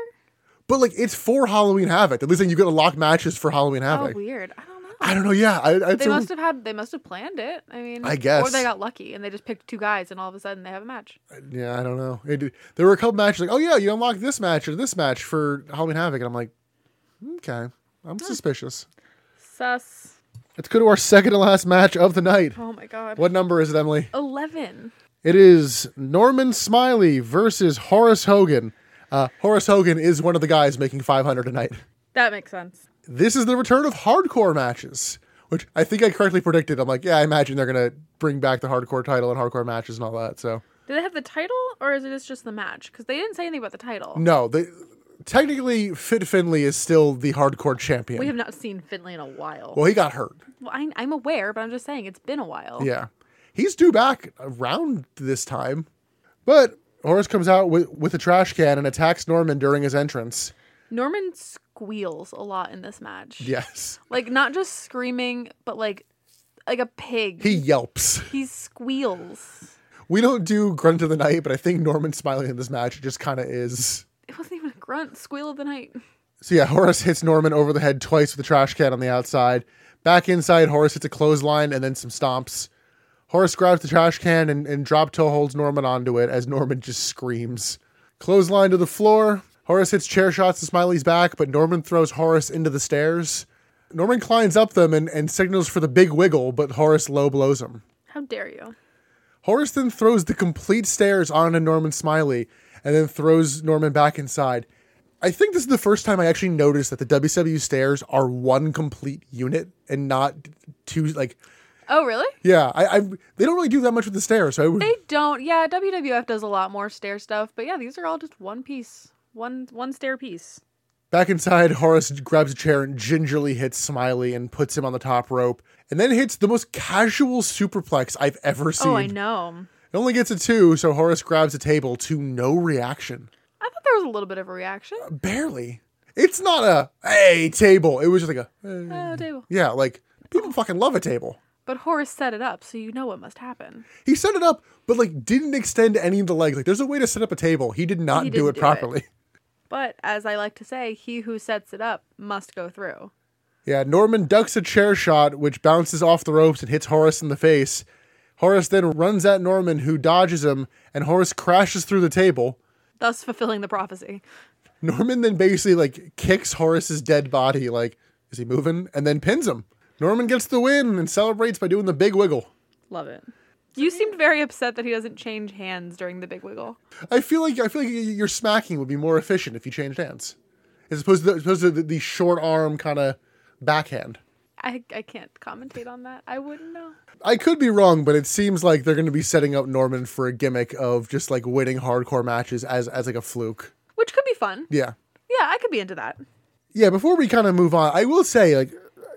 But like, it's for Halloween Havoc. At least like, you can unlock matches for Halloween Oh, Havoc. weird. I don't know. I don't know. Yeah, I, I, They so- must have had. They must have planned it. I mean, I guess. or they got lucky and they just picked two guys, and all of a sudden they have a match. Yeah, I don't know. It, there were a couple matches like, oh yeah, you unlock this match or this match for Halloween Havoc, and I'm like, okay, I'm suspicious. Sus. Let's go to our second to last match of the night. Oh my god. What number is it, Emily? Eleven. It is Norman Smiley versus Horace Hogan. Uh, Horace Hogan is one of the guys making 500 tonight. That makes sense. This is the return of hardcore matches, which I think I correctly predicted. I'm like, yeah, I imagine they're gonna bring back the hardcore title and hardcore matches and all that. So Did they have the title, or is it just- just the match? Because they didn't say anything about the title. no, they, technically, Fit Finley is still the hardcore champion. We have not seen Finley in a while. Well, he got hurt. Well, I, I'm aware, but I'm just saying it's been a while. Yeah. He's due back around this time. But Horace comes out with, with a trash can and attacks Norman during his entrance. Norman squeals a lot in this match. Yes. Like not just screaming, but like like a pig. He yelps. he squeals. We don't do grunt of the night, but I think Norman smiling in this match just kind of is. It wasn't even a grunt. Squeal of the night. So yeah, Horace hits Norman over the head twice with a trash can on the outside. Back inside, Horace hits a clothesline and then some stomps. Horace grabs the trash can and, and drop toe holds Norman onto it as Norman just screams. Clothesline to the floor. Horace hits chair shots to Smiley's back, but Norman throws Horace into the stairs. Norman climbs up them and, and signals for the big wiggle, but Horace low blows him. How dare you? Horace then throws the complete stairs onto Norman Smiley and then throws Norman back inside. I think this is the first time I actually noticed that the WCW stairs are one complete unit and not two. Like, Oh really? yeah, I, I they don't really do that much with the stairs. So I would, They don't. Yeah, WWF does a lot more stair stuff, but yeah, these are all just one piece, one one stair piece. back inside, Horace grabs a chair and gingerly hits Smiley and puts him on the top rope, and then hits the most casual superplex I've ever seen. Oh, I know. It only gets a two, so Horace grabs a table to no reaction. I thought there was a little bit of a reaction. Barely. It's not a hey table. It was just like a eh. Oh, table. yeah, like people fucking love a table. But Horace set it up, so you know what must happen. He set it up, but like didn't extend any of the legs. Like there's a way to set up a table. He did not He do didn't it do it. properly. But as I like to say, he who sets it up must go through. Yeah, Norman ducks a chair shot, which bounces off the ropes and hits Horace in the face. Horace then runs at Norman, who dodges him, and Horace crashes through the table. Thus fulfilling the prophecy. Norman then basically like kicks Horace's dead body, like, is he moving? And then pins him. Norman gets the win and celebrates by doing the big wiggle. Love it. You seemed very upset that he doesn't change hands during the big wiggle. I feel like I feel like y- your smacking would be more efficient if you changed hands, as opposed to the, as opposed to the, the short arm kind of backhand. I, I can't commentate on that. I wouldn't know. I could be wrong, but it seems like they're going to be setting up Norman for a gimmick of just like winning hardcore matches as as like a fluke. Which could be fun. Yeah, Yeah, I could be into that. yeah. Before we kind of move on, I will say like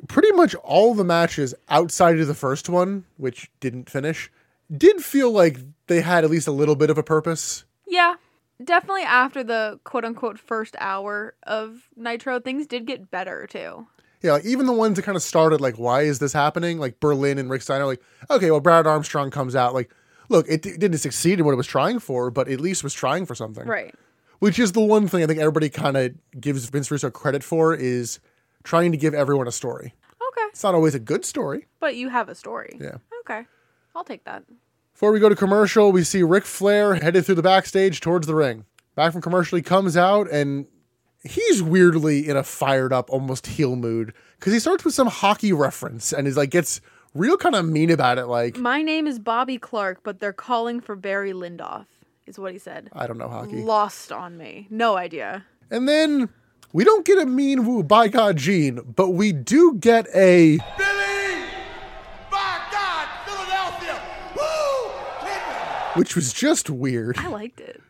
pretty much all the matches outside of the first one, which didn't finish, did feel like they had at least a little bit of a purpose. Yeah. definitely after the quote unquote first hour of Nitro, things did get better too. Yeah, like even the ones that kind of started, like, why is this happening? Like Berlin and Rick Steiner, like, okay, well, Brad Armstrong comes out. Like, look, it, it didn't succeed in what it was trying for, but at least was trying for something. Right. Which is the one thing I think everybody kind of gives Vince Russo credit for is trying to give everyone a story. Okay. It's not always a good story. But you have a story. Yeah. Okay. I'll take that. Before we go to commercial, we see Ric Flair headed through the backstage towards the ring. Back from commercial, he comes out and he's weirdly in a fired up, almost heel mood because he starts with some hockey reference and he's like gets real kind of mean about it. Like My name is Bobby Clark, but they're calling for Barry Lindoff, is what he said. I don't know hockey. Lost on me. No idea. And then we don't get a mean woo by God Gene, but we do get a Billy! By God, Philadelphia! Woo! Kidman! which was just weird. I liked it.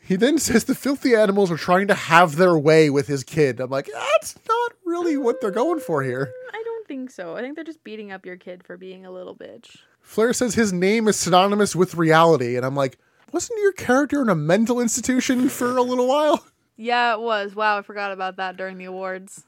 He then says the filthy animals are trying to have their way with his kid. I'm like, that's not really what they're going for here. I don't think so. I think they're just beating up your kid for being a little bitch. Flair says his name is synonymous with reality, and I'm like, wasn't your character in a mental institution for a little while? Yeah, it was. Wow, I forgot about that during the awards.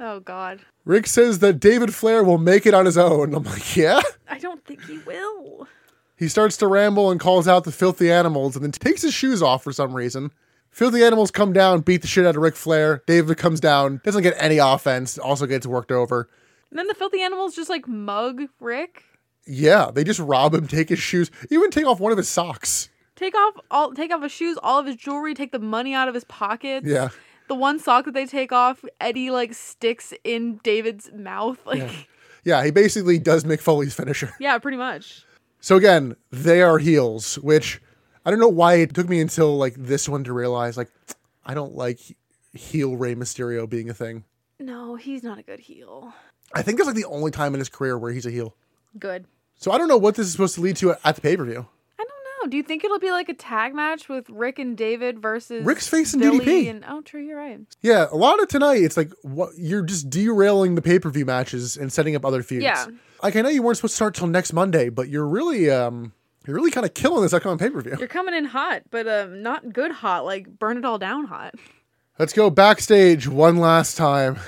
oh god. Rick says that David Flair will make it on his own. I'm like, yeah? I don't think he will. He starts to ramble and calls out the filthy animals and then takes his shoes off for some reason. Filthy animals come down, beat the shit out of Ric Flair. David comes down, doesn't get any offense, also gets worked over. And then the filthy animals just like mug Rick. Yeah, they just rob him, take his shoes, even take off one of his socks. Take off all take off his shoes, all of his jewelry, take the money out of his pockets. Yeah. The one sock that they take off, Eddie like sticks in David's mouth. Like yeah, Yeah, he basically does Mick Foley's finisher. pretty much. So again, they are heels, which I don't know why it took me until like this one to realize like I don't like heel Rey Mysterio being a thing. No, he's not a good heel. I think that's like the only time in his career where he's a heel. Good. So I don't know what this is supposed to lead to at the pay per view. I don't know. Do you think it'll be like a tag match with Rick and David versus Rick's facing Billy DDP. And, oh, true. You're right. Yeah, a lot of tonight it's like what you're just derailing the pay per view matches and setting up other feuds. Yeah. Like I know you weren't supposed to start till next Monday, but you're really um you're really kind of killing this upcoming pay per view. You're coming in hot, but um, not good hot. Like burn it all down hot. Let's go backstage one last time.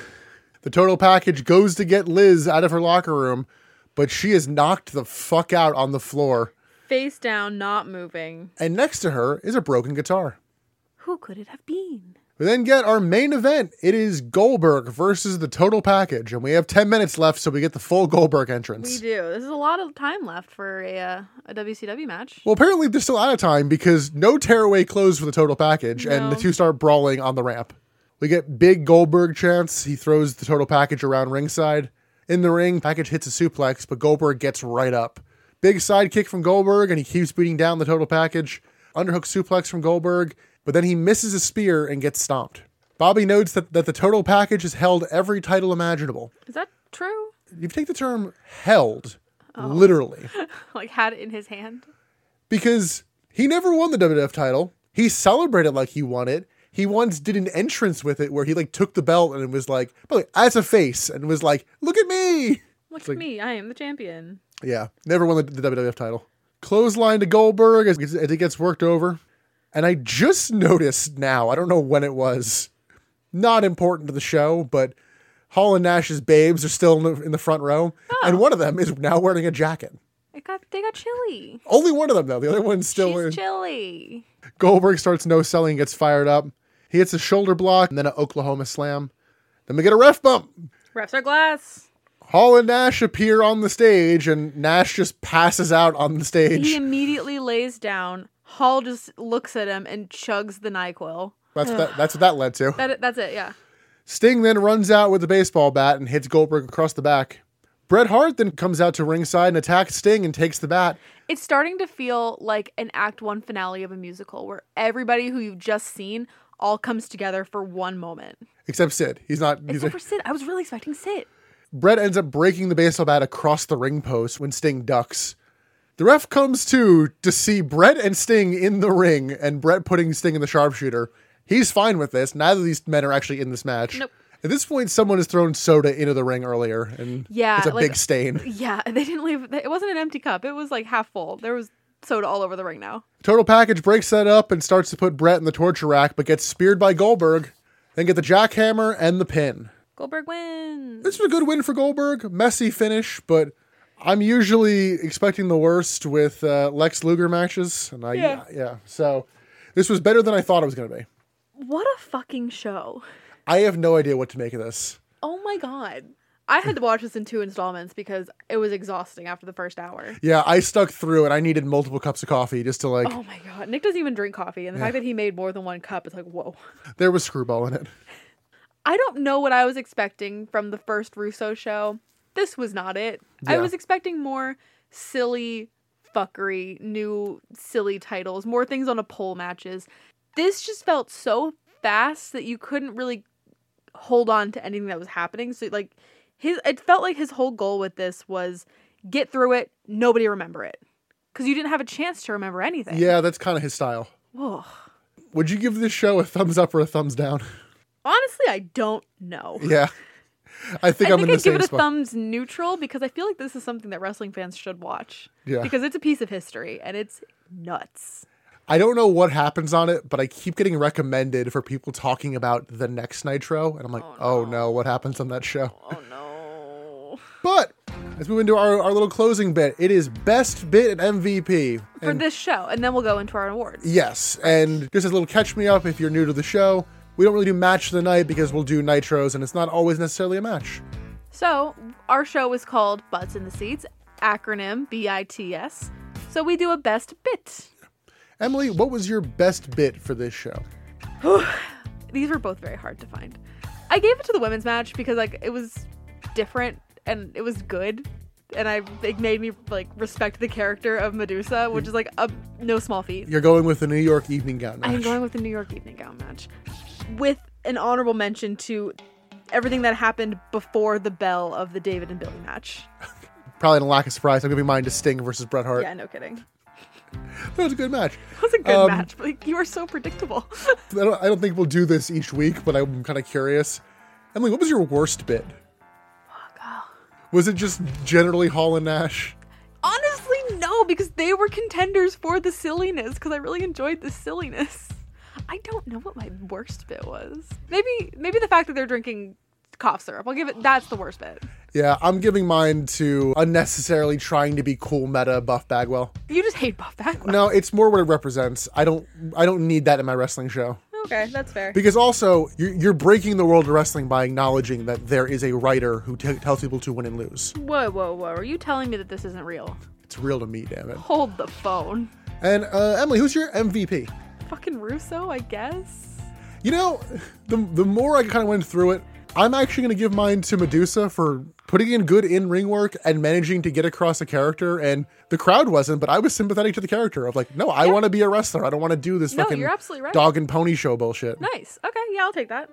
The total package goes to get Liz out of her locker room, but she is knocked the fuck out on the floor. Face down, not moving. And next to her is a broken guitar. Who could it have been? We then get our main event. It is Goldberg versus the total package, and we have 10 minutes left, so we get the full Goldberg We entrance. do. This is a lot of time left for a uh, a WCW match. Well, apparently they're still out of time because no tearaway closed for the total package, and No. the two start brawling on the ramp. We get big Goldberg chance. He throws the total package around ringside. In the ring, package hits a suplex, but Goldberg gets right up. Big sidekick from Goldberg, and he keeps beating down the total package. Underhook suplex from Goldberg, but then he misses a spear and gets stomped. Bobby notes that, that the total package has held every title imaginable. Is that true? If you take the term held literally, Like had it in his hand. because he never won the WWF title. He celebrated like he won it. He once did an entrance with it where he like took the belt and was like, by the way, as a face, and was like, look at me. Look at me. I am the champion. Yeah, never won the, the WWF title. Clothesline to Goldberg as, as it gets worked over. And I just noticed now, I don't know when it was, not important to the show, but Hall and Nash's babes are still in the, in the front row. And one of them is now wearing a jacket. It got they got chilly. Only one of them, though. The other one's still wearing. She's chilly. Goldberg starts no selling, gets fired up. He hits a shoulder block and then an Oklahoma slam. Then we get a ref bump. Refs are glass. Hall and Nash appear on the stage, and Nash just passes out on the stage. He immediately lays down. Hall just looks at him and chugs the Nyquil. That's what that, that's what that led to. That that's it. Yeah. Sting then runs out with a baseball bat and hits Goldberg across the back. Bret Hart then comes out to ringside and attacks Sting and takes the bat. It's starting to feel like an act one finale of a musical where everybody who you've just seen all comes together for one moment. Except Sid, he's not. He's Except for Sid. I was really expecting Sid. Brett ends up breaking the baseball bat across the ring post when Sting ducks. The ref comes to to see Brett and Sting in the ring and Brett putting Sting in the sharpshooter. He's fine with this. Neither of these men are actually in this match. Nope. At this point, someone has thrown soda into the ring earlier, and Yeah, it's a like- big stain. Yeah, they didn't leave. It wasn't an empty cup. It was like half full. There was Total Package breaks that up and starts to put Brett in the torture rack, but gets speared by Goldberg. Then get the jackhammer and the pin. Goldberg wins. This was a good win for Goldberg. Messy finish, but I'm usually expecting the worst with uh, Lex Luger matches, and I yeah. Yeah. So this was better than I thought it was going to be. What a fucking show. I have no idea what to make of this. Oh my god. I had to watch this in two installments because it was exhausting after the first hour. Yeah, I stuck through and I needed multiple cups of coffee just to like. Oh my god. Nick doesn't even drink coffee, and the fact that he made more than one cup is like, whoa. There was screwball in it. I don't know what I was expecting from the first Russo show. This was not it. I Yeah. was expecting more silly fuckery, new silly titles, more things on a pole matches. This just felt so fast that you couldn't really hold on to anything that was happening. So like his it felt like his whole goal with this was get through it, nobody remember it. Cuz you didn't have a chance to remember anything. Yeah, that's kind of his style. Ugh. Would you give this show a thumbs up or a thumbs down? Honestly, I don't know. yeah, I think I I am in think the I'd same give it a spot. thumbs neutral because I feel like this is something that wrestling fans should watch. Yeah. Because it's a piece of history and it's nuts. I don't know what happens on it, but I keep getting recommended for people talking about the next Nitro, and I'm like, oh no, what happens on that show? Oh no. But let's move into our, our little closing bit. It is best bit and MVP. For And this show, and then we'll go into our awards. yes, and just as a little catch me up if you're new to the show, we don't really do match of the night because we'll do nitros, and it's not always necessarily a match. So, our show is called Butts in the Seats, acronym B I T S. So, we do a best bit. Emily, what was your best bit for this show? These were both very hard to find. I gave it to the women's match because like it was different and it was good. And I it made me like respect the character of Medusa, which is like a no small feat. You're going with the New York evening gown match. I'm going with the New York evening gown match. With an honorable mention to everything that happened before the bell of the David and Billy match. Probably in a lack of surprise, I'm giving mine to Sting versus Bret Hart. Yeah, no kidding. That was a good match. That was a good Um, match, but like, you are so predictable. I don't, I don't think we'll do this each week, but I'm kind of curious. Emily, what was your worst bit? Was it just generally Hall and Nash? Honestly, no, because they were contenders for the silliness, because I really enjoyed the silliness. I don't know what my worst bit was. Maybe maybe the fact that they're drinking cough syrup. I'll give it that's the worst bit. Yeah, I'm giving mine to unnecessarily trying to be cool meta Buff Bagwell. You just hate Buff Backlash. No, it's more what it represents. I don't I don't need that in my wrestling show. Okay, that's fair. Because also, you're, you're breaking the world of wrestling by acknowledging that there is a writer who t- tells people to win and lose. Whoa, whoa, whoa. Are you telling me that this isn't real? It's real to me, damn it. Hold the phone. And uh, Emily, who's your MVP? Fucking Russo, I guess. You know, the the more I kind of went through it, I'm actually going to give mine to Medusa for putting in good in ring work and managing to get across a character. And the crowd wasn't, but I was sympathetic to the character of like, no, I want to be a wrestler. I don't want to do this No, fucking you're absolutely right. dog and pony show bullshit. Nice. Okay, yeah, I'll take that.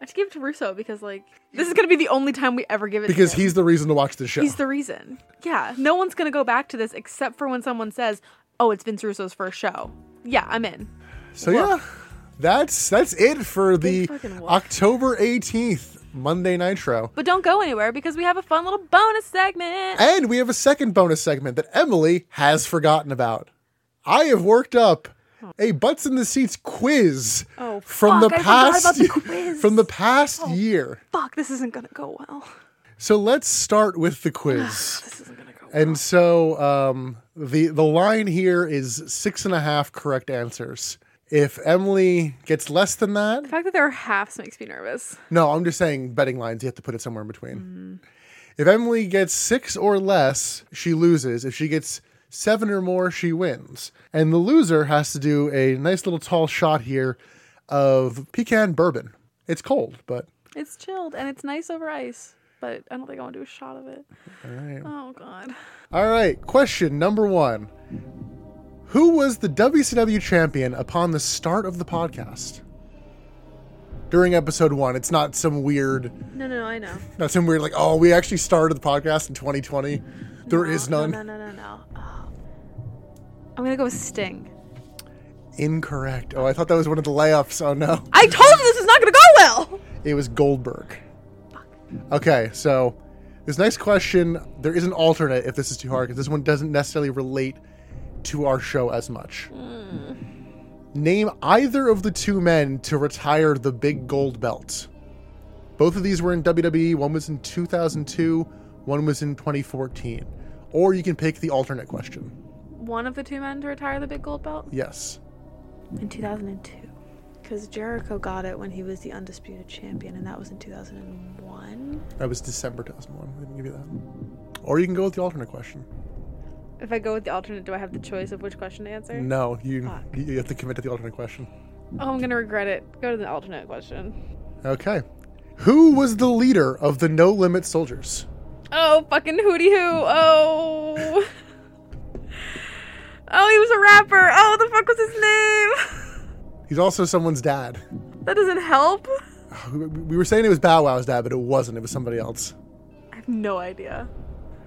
I just give it to Russo because like this is gonna be the only time we ever give it Because to him. he's the reason to watch this show. he's the reason. Yeah. No one's gonna go back to this except for when someone says, Oh, it's Vince Russo's first show. Yeah, I'm in. so yeah, that's that's it for the fucking wolf. October 18th Monday Nitro. But don't go anywhere because we have a fun little bonus segment. And we have a second bonus segment that Emily has forgotten about. I have worked up a butts in the seats quiz Oh, from fuck, the I forgot past about the quiz. Oh. from the past year. Fuck, this isn't gonna go well. So let's start with the quiz. This isn't gonna go well. and so um, the the line here is six and a half correct answers. If Emily gets less than that, The fact that there are halves makes me nervous. no, I'm just saying betting lines. You have to put it somewhere in between. If Emily gets six or less, she loses. If she gets seven or more, she wins. And the loser has to do a nice little tall shot here of pecan bourbon. It's cold, but It's chilled and it's nice over ice, but I don't think I want to do a shot of it. Oh god. all right. Question number one Who was the WCW champion upon the start of the podcast? During episode one, it's not some weird No, no, no, I know. Not some weird like, oh, we actually started the podcast in 2020. There There is is none. No, no, no, no, no. Oh. I'm gonna go with Sting. Incorrect. Oh, I thought that was one of the layups. Oh no, I told you this was not gonna go well. it was Goldberg. Okay, so this next question, there is an alternate if this is too hard because this one doesn't necessarily relate to our show as much. Name either of the two men to retire the big gold belt. Both of these were in WWE. One was in 2002, one was in 2014. Or you can pick the alternate question. One of the two men to retire the big gold belt Yes. in 2002. Because Jericho got it when he was the undisputed champion, and that was in 2001. That was December 2001. I didn't give you that. Or you can go with the alternate question. If I go with the alternate, do I have the choice of which question to answer? No, you Fuck. you have to commit to the alternate question. Oh, I'm gonna regret it. Go to the alternate question. Okay. Who was the leader of the No Limit Soldiers? Oh, fucking hootie hoo. Oh. oh, he was a rapper. Oh, the fuck was his name? He's also someone's dad. that doesn't help. We- We were saying it was Bow Wow's dad, but it wasn't. It was somebody else. I have no idea.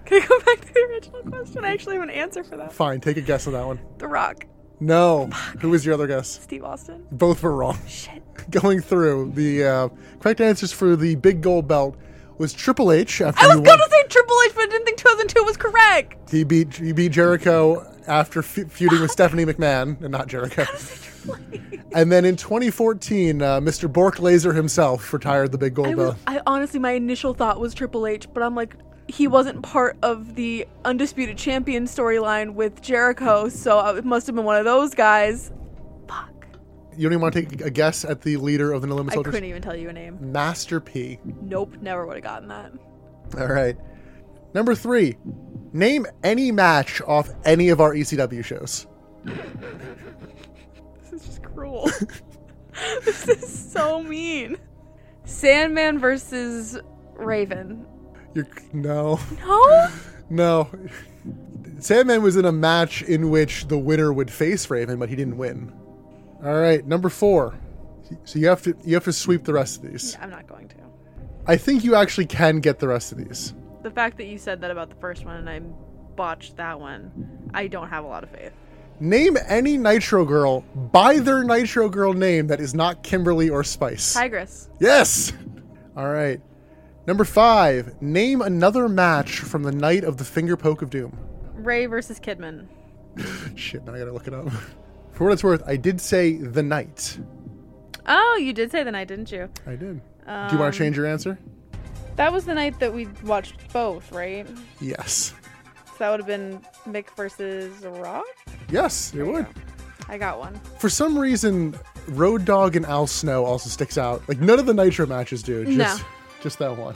Can I go back to the original question? I actually have an answer for that. Fine, take a guess on that one. The Rock. No. Who was your other guess? Steve Austin. Both were wrong. Shit. Going through, the uh, correct answers for the big gold belt was Triple H after I was he, won- gonna say Triple H, but I didn't think 2002 was correct. he beat he beat Jericho after fe- feuding with Stephanie McMahon and not Jericho. and then in 2014, uh, Mr. Bork Laser himself retired the big gold I, belt. was, I honestly, my initial thought was Triple H, but I'm like, he wasn't part of the Undisputed Champion storyline with Jericho, so I- it must have been one of those guys. Fuck. You don't even want to take a guess at the leader of the No Limit I Soldiers? couldn't even tell you a name. Master P. Nope, never would have gotten that. All right. Number three, name any match off any of our ECW shows. This is just cruel. this is so mean. Sandman versus Raven. You're no, No? no. Sandman was in a match in which the winner would face Raven, but he didn't win. All right, number four. So you have to you have to sweep the rest of these. I'm not going to. I think you actually can get the rest of these. The fact that you said that about the first one and I botched that one, I don't have a lot of faith. Name any Nitro Girl by their Nitro Girl name that is not Kimberly or Spice. Tigress. Yes. All right. Number five. Name another match from the night of the finger poke of doom. Ray versus Kidman. Shit. Now I gotta look it up. For what it's worth, I did say the night. Oh, you did say the night, didn't you? I did. Do you want to change your answer? That was the night that we watched both, right? So Yes. that would have been Mick versus Rock? Yes, it would. I got one. For some reason, Road Dog and Al Snow also sticks out. Like none of the Nitro matches do. No. Just, just that one.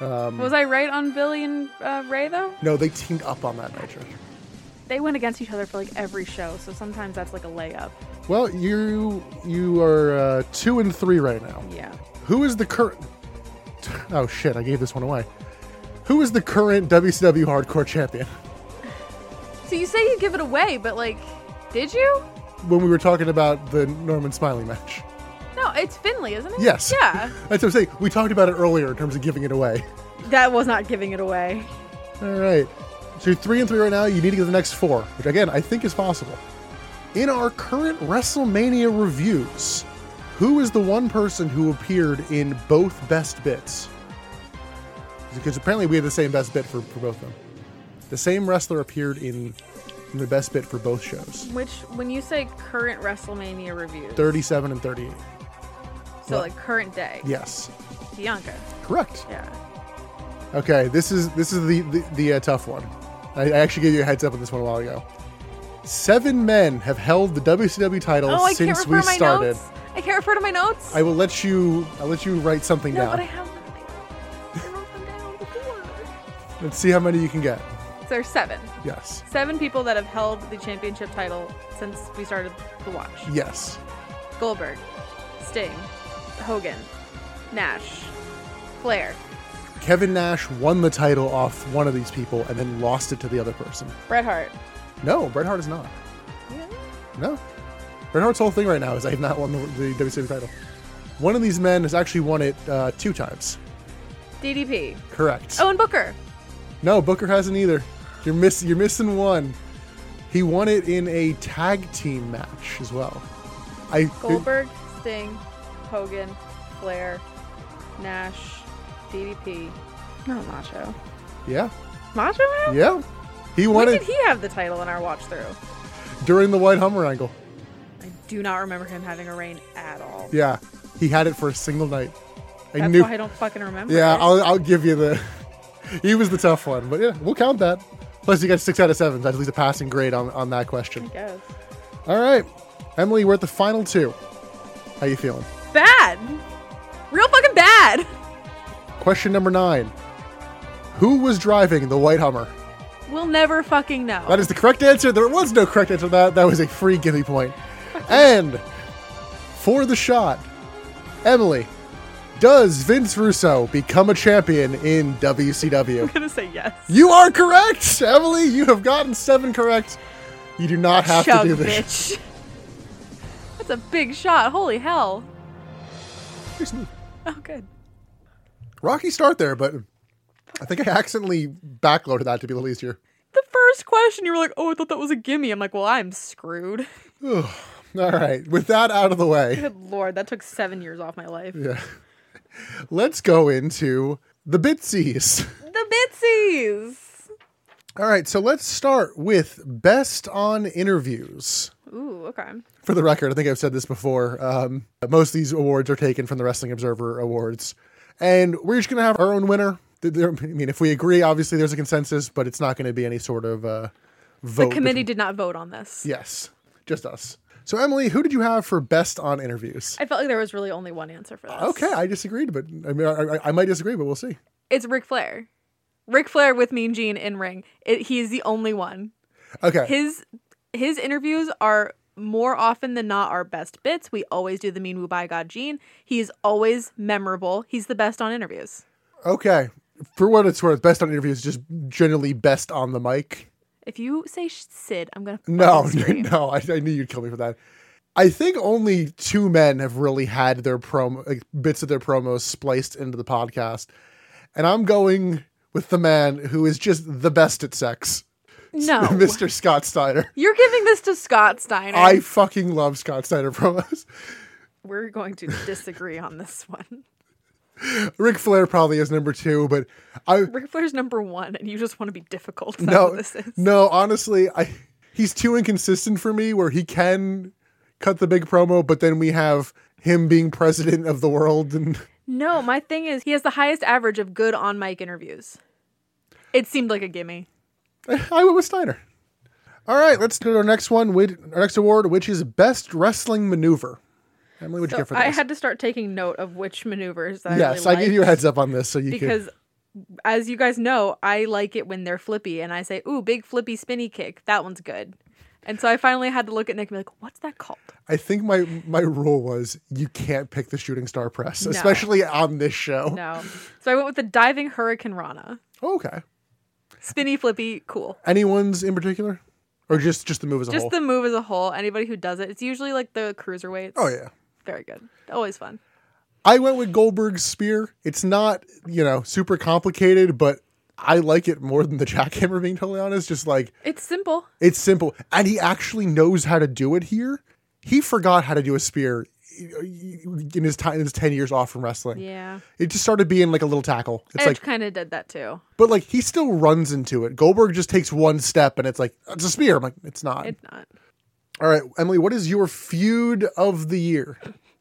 was I right on Billy and uh, Ray, though? No, they teamed up on that Nitro. They went against each other for like every show, so sometimes that's like a layup. Well, you you are uh, two and three right now. Yeah. Who is the current? Oh shit! I gave this one away. Who is the current WCW Hardcore Champion? So you say you give it away, but like, did you? When we were talking about the Norman Smiley match. No, it's Finley, isn't it? Yes. Yeah. That's what I'm saying. We talked about it earlier in terms of giving it away. That was not giving it away. All right. So you're three and three right now. You need to get the next four, which again I think is possible. In our current WrestleMania reviews, who is the one person who appeared in both best bits? Because apparently we had the same best bit for, for both of them. The same wrestler appeared in, in the best bit for both shows. Which, when you say current WrestleMania reviews, 37 and 38. so like current day, Yes. Bianca. Correct. Yeah. Okay, this is this is the the, the uh, tough one. I, I actually gave you a heads up on this one a while ago. Seven men have held the WCW title Oh, I since can't refer we to my started. notes. I can't refer to my notes. I will let you. I'll let you write something no, down. but I have them. I wrote them down before. Let's see how many you can get. So there's seven. Yes, Seven people that have held the championship title since we started the watch. yes. Goldberg, Sting, Hogan, Nash, Flair, Kevin Nash won the title off one of these people and then lost it to the other person. Bret Hart. No, Bret Hart is not. Yeah. No. Bret Hart's whole thing right now is I have not won the, the WCW title. One of these men has actually won it uh, two times. DDP. Correct. Owen Booker. No, Booker hasn't either. You're miss you're missing one. He won it in a tag team match as well. I Goldberg, Sting, Hogan, Flair, Nash, DDP. No, Macho. Yeah. Macho Man? Yeah. He When won did it he have the title in our watch through? during the White Hummer angle. I do not remember him having a reign at all. Yeah, he had it for a single night. I That's knew. why I don't fucking remember. yeah, it. I'll, I'll give you the. he was the tough one, but yeah, we'll count that. Plus, you got six out of seven. That's at least a passing grade on, on that question. guess. All right, Emily, we're at the final two. How you feeling? Bad. Real fucking bad. Question number nine: Who was driving the White Hummer? We'll never fucking know. That is the correct answer. There was no correct answer to that. That was a free gimme point. And for the shot, Emily, does Vince Russo become a champion in WCW? I'm gonna say yes. you are correct, Emily. You have gotten seven correct. You do not have Chug, to do this. bitch. That's a big shot. Holy hell. Excuse me. Oh, good. Rocky start there, but I think I accidentally backloaded that to be a little easier. The first question, you were like, "Oh, I thought that was a gimme." I'm like, "Well, I'm screwed." All right, with that out of the way. Good lord, that took seven years off my life. let's go into the bitsies. The Bitsies. All right, so let's start with best on interviews. Ooh, okay. For the record, I think I've said this before. Um, most of these awards are taken from the Wrestling Observer Awards, and we're just gonna have our own winner. Th- there- I mean, if we agree, obviously there's a consensus, but it's not going to be any sort of uh, vote. The committee did not vote on this. between- yes, just us. So Emily, who did you have for best on interviews? I felt like there was really only one answer for this. okay, I disagreed, but I mean, I, I, I might disagree, but we'll see. It's Ric Flair. Ric Flair with Mean Gene in ring. It, he is the only one. Okay, His his interviews are more often than not our best bits. We always do the Mean Woo by God Gene. He is always memorable. He's the best on interviews. okay. For what it's worth, best on interviews is just generally best on the mic. If you say sh- Sid, I'm gonna No, fucking scream. no, I, I knew you'd kill me for that. I think only two men have really had their promo like, bits of their promos spliced into the podcast, and I'm going with the man who is just the best at sex, no. Mr. Scott Steiner. You're giving this to Scott Steiner. I fucking love Scott Steiner promos. We're going to disagree on this one. Ric Flair probably is number two, but I Ric Flair's number one, and you just want to be difficult. That's what no, this is. no, honestly, I he's too inconsistent for me. Where he can cut the big promo, but then we have him being president of the world and. No, my thing is he has the highest average of good on mic interviews. It seemed like a gimme. I went with Steiner. All right, let's do our next one. With our next award, which is best wrestling maneuver. Emily, what'd you So get for this? I had to start taking note of which maneuvers that I yes, really I gave you a heads up on this, so you because as you guys know, I like it when they're flippy and I say, ooh, big flippy spinny kick. That one's good. And so I finally had to look at Nick and be like, what's that called? could. I think my my rule was you can't pick the shooting star press, especially on this show. No. So I went with the diving hurricane rana. okay. Spinny flippy, cool. Anyone's in particular, or just just the move as a Just whole? the move as a whole. Anybody who does it, it's usually like the cruiserweights. oh yeah. Very good. Always fun. I went with Goldberg's spear. It's not, you know, super complicated, but I like it more than the jackhammer. Being totally honest, just like It's simple. It's simple. And he actually knows how to do it here. He forgot how to do a spear uh, in his time in his 10 years off from wrestling. Yeah. It just started being like a little tackle. It's Edge like kind of did that too. but like he still runs into it. Goldberg just takes one step and it's like it's a spear. I'm like it's not. It's not. All right, Emily, what is your feud of the year?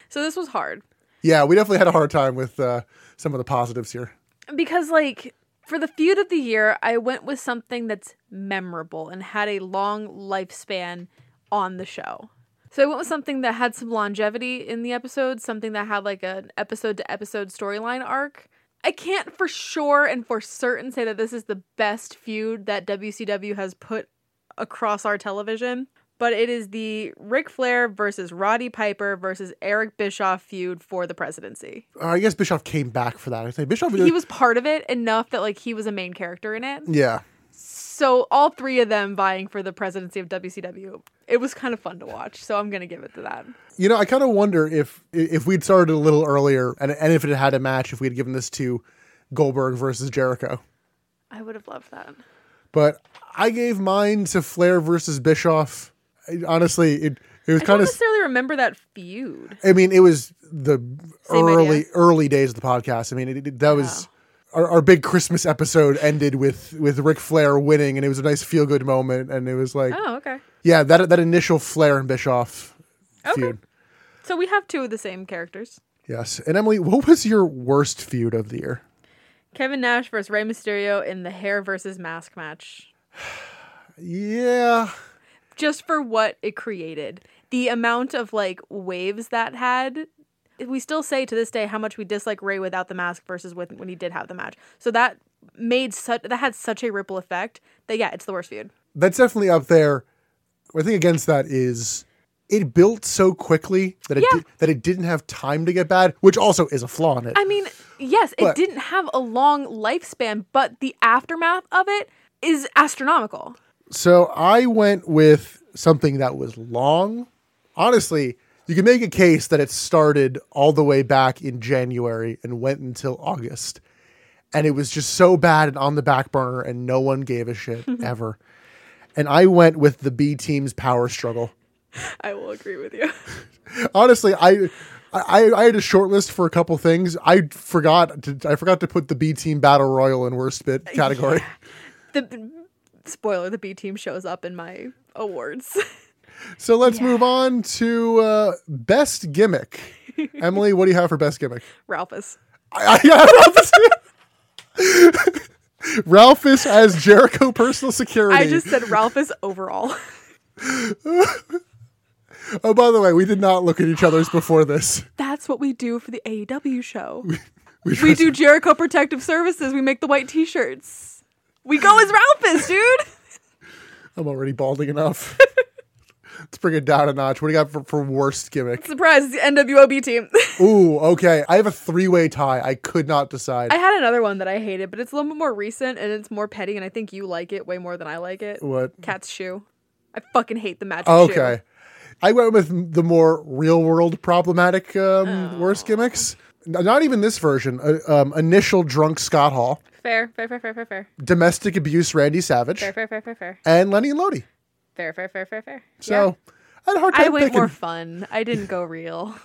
So this was hard. Yeah, we definitely had a hard time with uh, some of the positives here. Because like for the feud of the year, I went with something that's memorable and had a long lifespan on the show. So I went with something that had some longevity in the episode, something that had like an episode to episode storyline arc. I can't for sure and for certain say that this is the best feud that WCW has put across our television, but it is the Ric Flair versus Roddy Piper versus Eric Bischoff feud for the presidency Uh, I guess Bischoff came back for that. I think Bischoff he was part of it enough that like he was a main character in it. Yeah. So all three of them vying for the presidency of WCW. It was kind of fun to watch, so I'm gonna give it to that. You know, I kind of wonder if if we'd started a little earlier and, and if it had had a match, if we had given this to Goldberg versus Jericho. I would have loved that. But I gave mine to Flair versus Bischoff. I- honestly, it it was I don't kind of. necessarily remember that feud. I mean, it was the Same early idea. early days of the podcast. I mean, it, it- that was our, our big Christmas episode ended with with Ric Flair winning, and it was a nice feel good moment. And it was like, Oh, okay. yeah, that that initial Flair and Bischoff Okay. feud. So we have two of the same characters. Yes. And Emily, what was your worst feud of the year? Kevin Nash versus Rey Mysterio in the hair versus mask match. Yeah. Just for what it created. The amount of like waves that had. We still say to this day how much we dislike Rey without the mask versus with when he did have the match. So that made such that had such a ripple effect that yeah, it's the worst feud. That's definitely up there. My thing against that is it built so quickly that it Yeah. di- that it didn't have time to get bad, which also is a flaw in it. I mean, yes, But- it didn't have a long lifespan, but the aftermath of it is astronomical. So I went with something that was long. Honestly, you can make a case that it started all the way back in January and went until August. And it was just so bad and on the back burner, and no one gave a shit ever. And I went with the B team's power struggle. I will agree with you. Honestly, I. I, I had a short list for a couple things. I forgot to I forgot to put the B team battle royal in worst bit category. The spoiler: the B team shows up in my awards. So let's move on to uh, best gimmick. Emily, what do you have for best gimmick? Ralphus. I, I, yeah, Ralphus. Ralphus as Jericho personal security. I just said Ralphus overall. oh, by the way, we did not look at each other's before this. That's what we do for the AEW show. We, We just- do Jericho Protective Services. We make the white T-shirts. We go as Ralphus, dude. I'm already balding enough. let's bring it down a notch. What do you got for, for worst gimmick? Surprise! it's The NWOB team. Ooh, okay. I have a three way tie. I could not decide. I had another one that I hated, but it's a little bit more recent and it's more petty, and I think you like it way more than I like it. what? Cat's shoe. I fucking hate the magic shoe. Okay. I went with the more real world problematic um, Oh. worst gimmicks. N- Not even this version. Uh, um, initial drunk Scott Hall, Fair, fair, fair, fair, fair, fair, domestic abuse Randy Savage, fair, fair, fair, fair, fair, and Lenny and Lodi. fair, fair, fair, fair, fair. So I had a hard I time went picking. more fun. I didn't go real.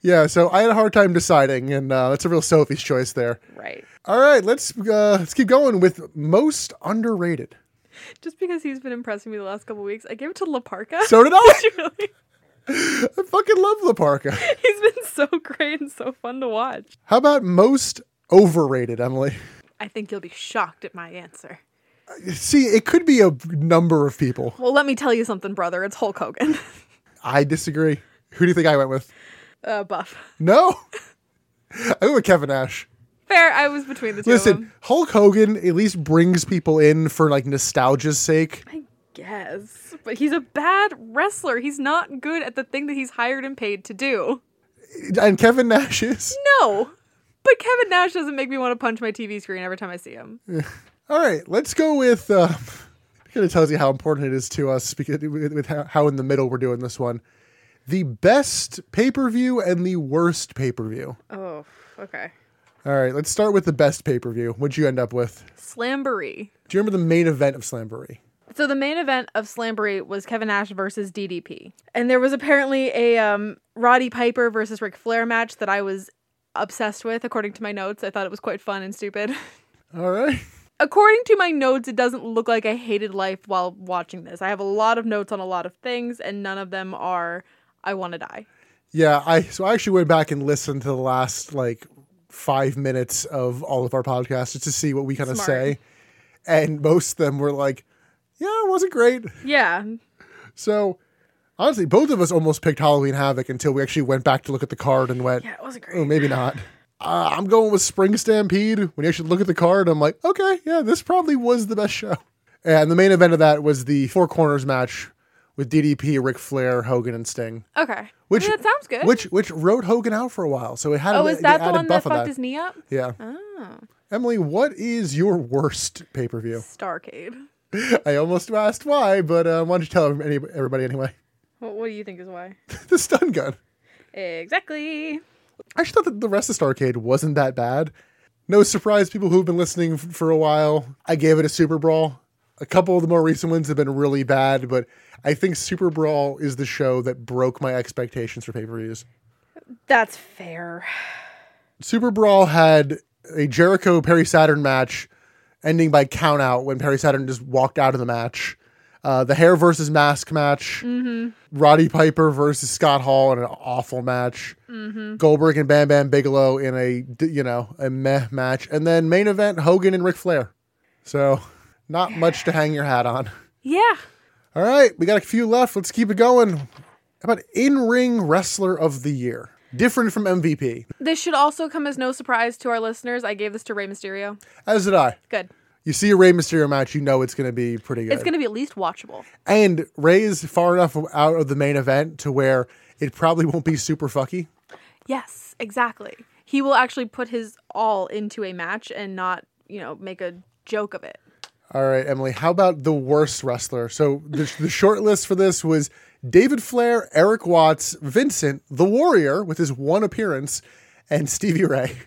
yeah, so I had a hard time deciding, and uh, that's a real Sophie's choice there. Right. All right, let's uh, let's keep going with most underrated. Just because he's been impressing me the last couple weeks, I gave it to Laparca. So did I. Really. I fucking love La Parka. He's been so great and so fun to watch. How about most overrated, Emily? I think you'll be shocked at my answer. See, it could be a number of people. Well, let me tell you something, brother. It's Hulk Hogan. I disagree. Who do you think I went with? uh, buff. No. I went with Kevin Nash. Fair. I was between the two of Listen, them. Hulk Hogan at least brings people in for like nostalgia's sake. I guess. But he's a bad wrestler. He's not good at the thing that he's hired and paid to do. And Kevin Nash is. No. But Kevin Nash doesn't make me want to punch my TV screen every time I see him. All right, let's go with. Uh, it kind of tells you how important it is to us because with, with how, how in the middle we're doing this one. The best pay per view and the worst pay per view. Oh, okay. All right, let's start with the best pay per view. What'd you end up with? Slamboree. Do you remember the main event of Slamboree? So the main event of Slamboree was Kevin Nash versus DDP. And there was apparently a um, Roddy Piper versus Ric Flair match that I was obsessed with, according to my notes. I thought it was quite fun and stupid. All right. according to my notes, it doesn't look like I hated life while watching this. I have a lot of notes on a lot of things, and none of them are I want to die. Yeah, I so I actually went back and listened to the last like five minutes of all of our podcasts just to see what we kind of Smart. say, and most of them were like, "Yeah, it wasn't great." Yeah. So honestly, both of us almost picked Halloween Havoc until we actually went back to look at the card and went, Yeah, it wasn't great. "Oh, maybe not." Uh, I'm going with Spring Stampede. When you actually look at the card, I'm like, "Okay, yeah, this probably was the best show." And the main event of that was the Four Corners match with DDP, Ric Flair, Hogan, and Sting. Okay. Which I mean, that sounds good. Which which wrote Hogan out for a while, so it had. oh, a, is that it the added one that buff on fucked his Oh. knee up? Yeah. Emily, what is your worst pay per view? Starcade. I almost asked why, but uh, why don't you tell everybody, everybody anyway? What, what do you think is why? the stun gun. Exactly. I actually thought that the rest of Starcade wasn't that bad. No surprise, people who've been listening f- for a while. I gave it a Super Brawl. A couple of the more recent ones have been really bad, but I think Super Brawl is the show that broke my expectations for pay per views. That's fair. Super Brawl had a Jericho Perry Saturn match ending by count out when Perry Saturn just walked out of the match. Uh, the hair versus mask match, Roddy Piper versus Scott Hall in an awful match. Goldberg and Bam Bam Bigelow in a d- you know a meh match, and then main event Hogan and Ric Flair. So not much to hang your hat on. Yeah. All right, we got a few left. Let's keep it going. How about in ring wrestler of the year? Different from MVP, This should also come as no surprise to our listeners. I gave this to Rey Mysterio. as did I. Good. You see a Rey Mysterio match, you know it's going to be pretty good. It's going to be at least watchable. and Rey is far enough out of the main event to where it probably won't be super fucky. Yes. Exactly. He will actually put his all into a match and not, you know, make a joke of it. All right, Emily, how about the worst wrestler? So the, the short list for this was David Flair, Eric Watts, Vincent, The Warrior with his one appearance, and Stevie Ray.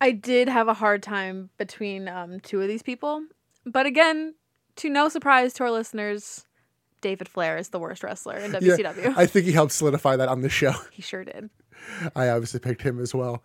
I did have a hard time between um, two of these people. But again, to no surprise to our listeners, David Flair is the worst wrestler in Yeah, WCW. I think he helped solidify that on the show. He sure did. I obviously picked him as well.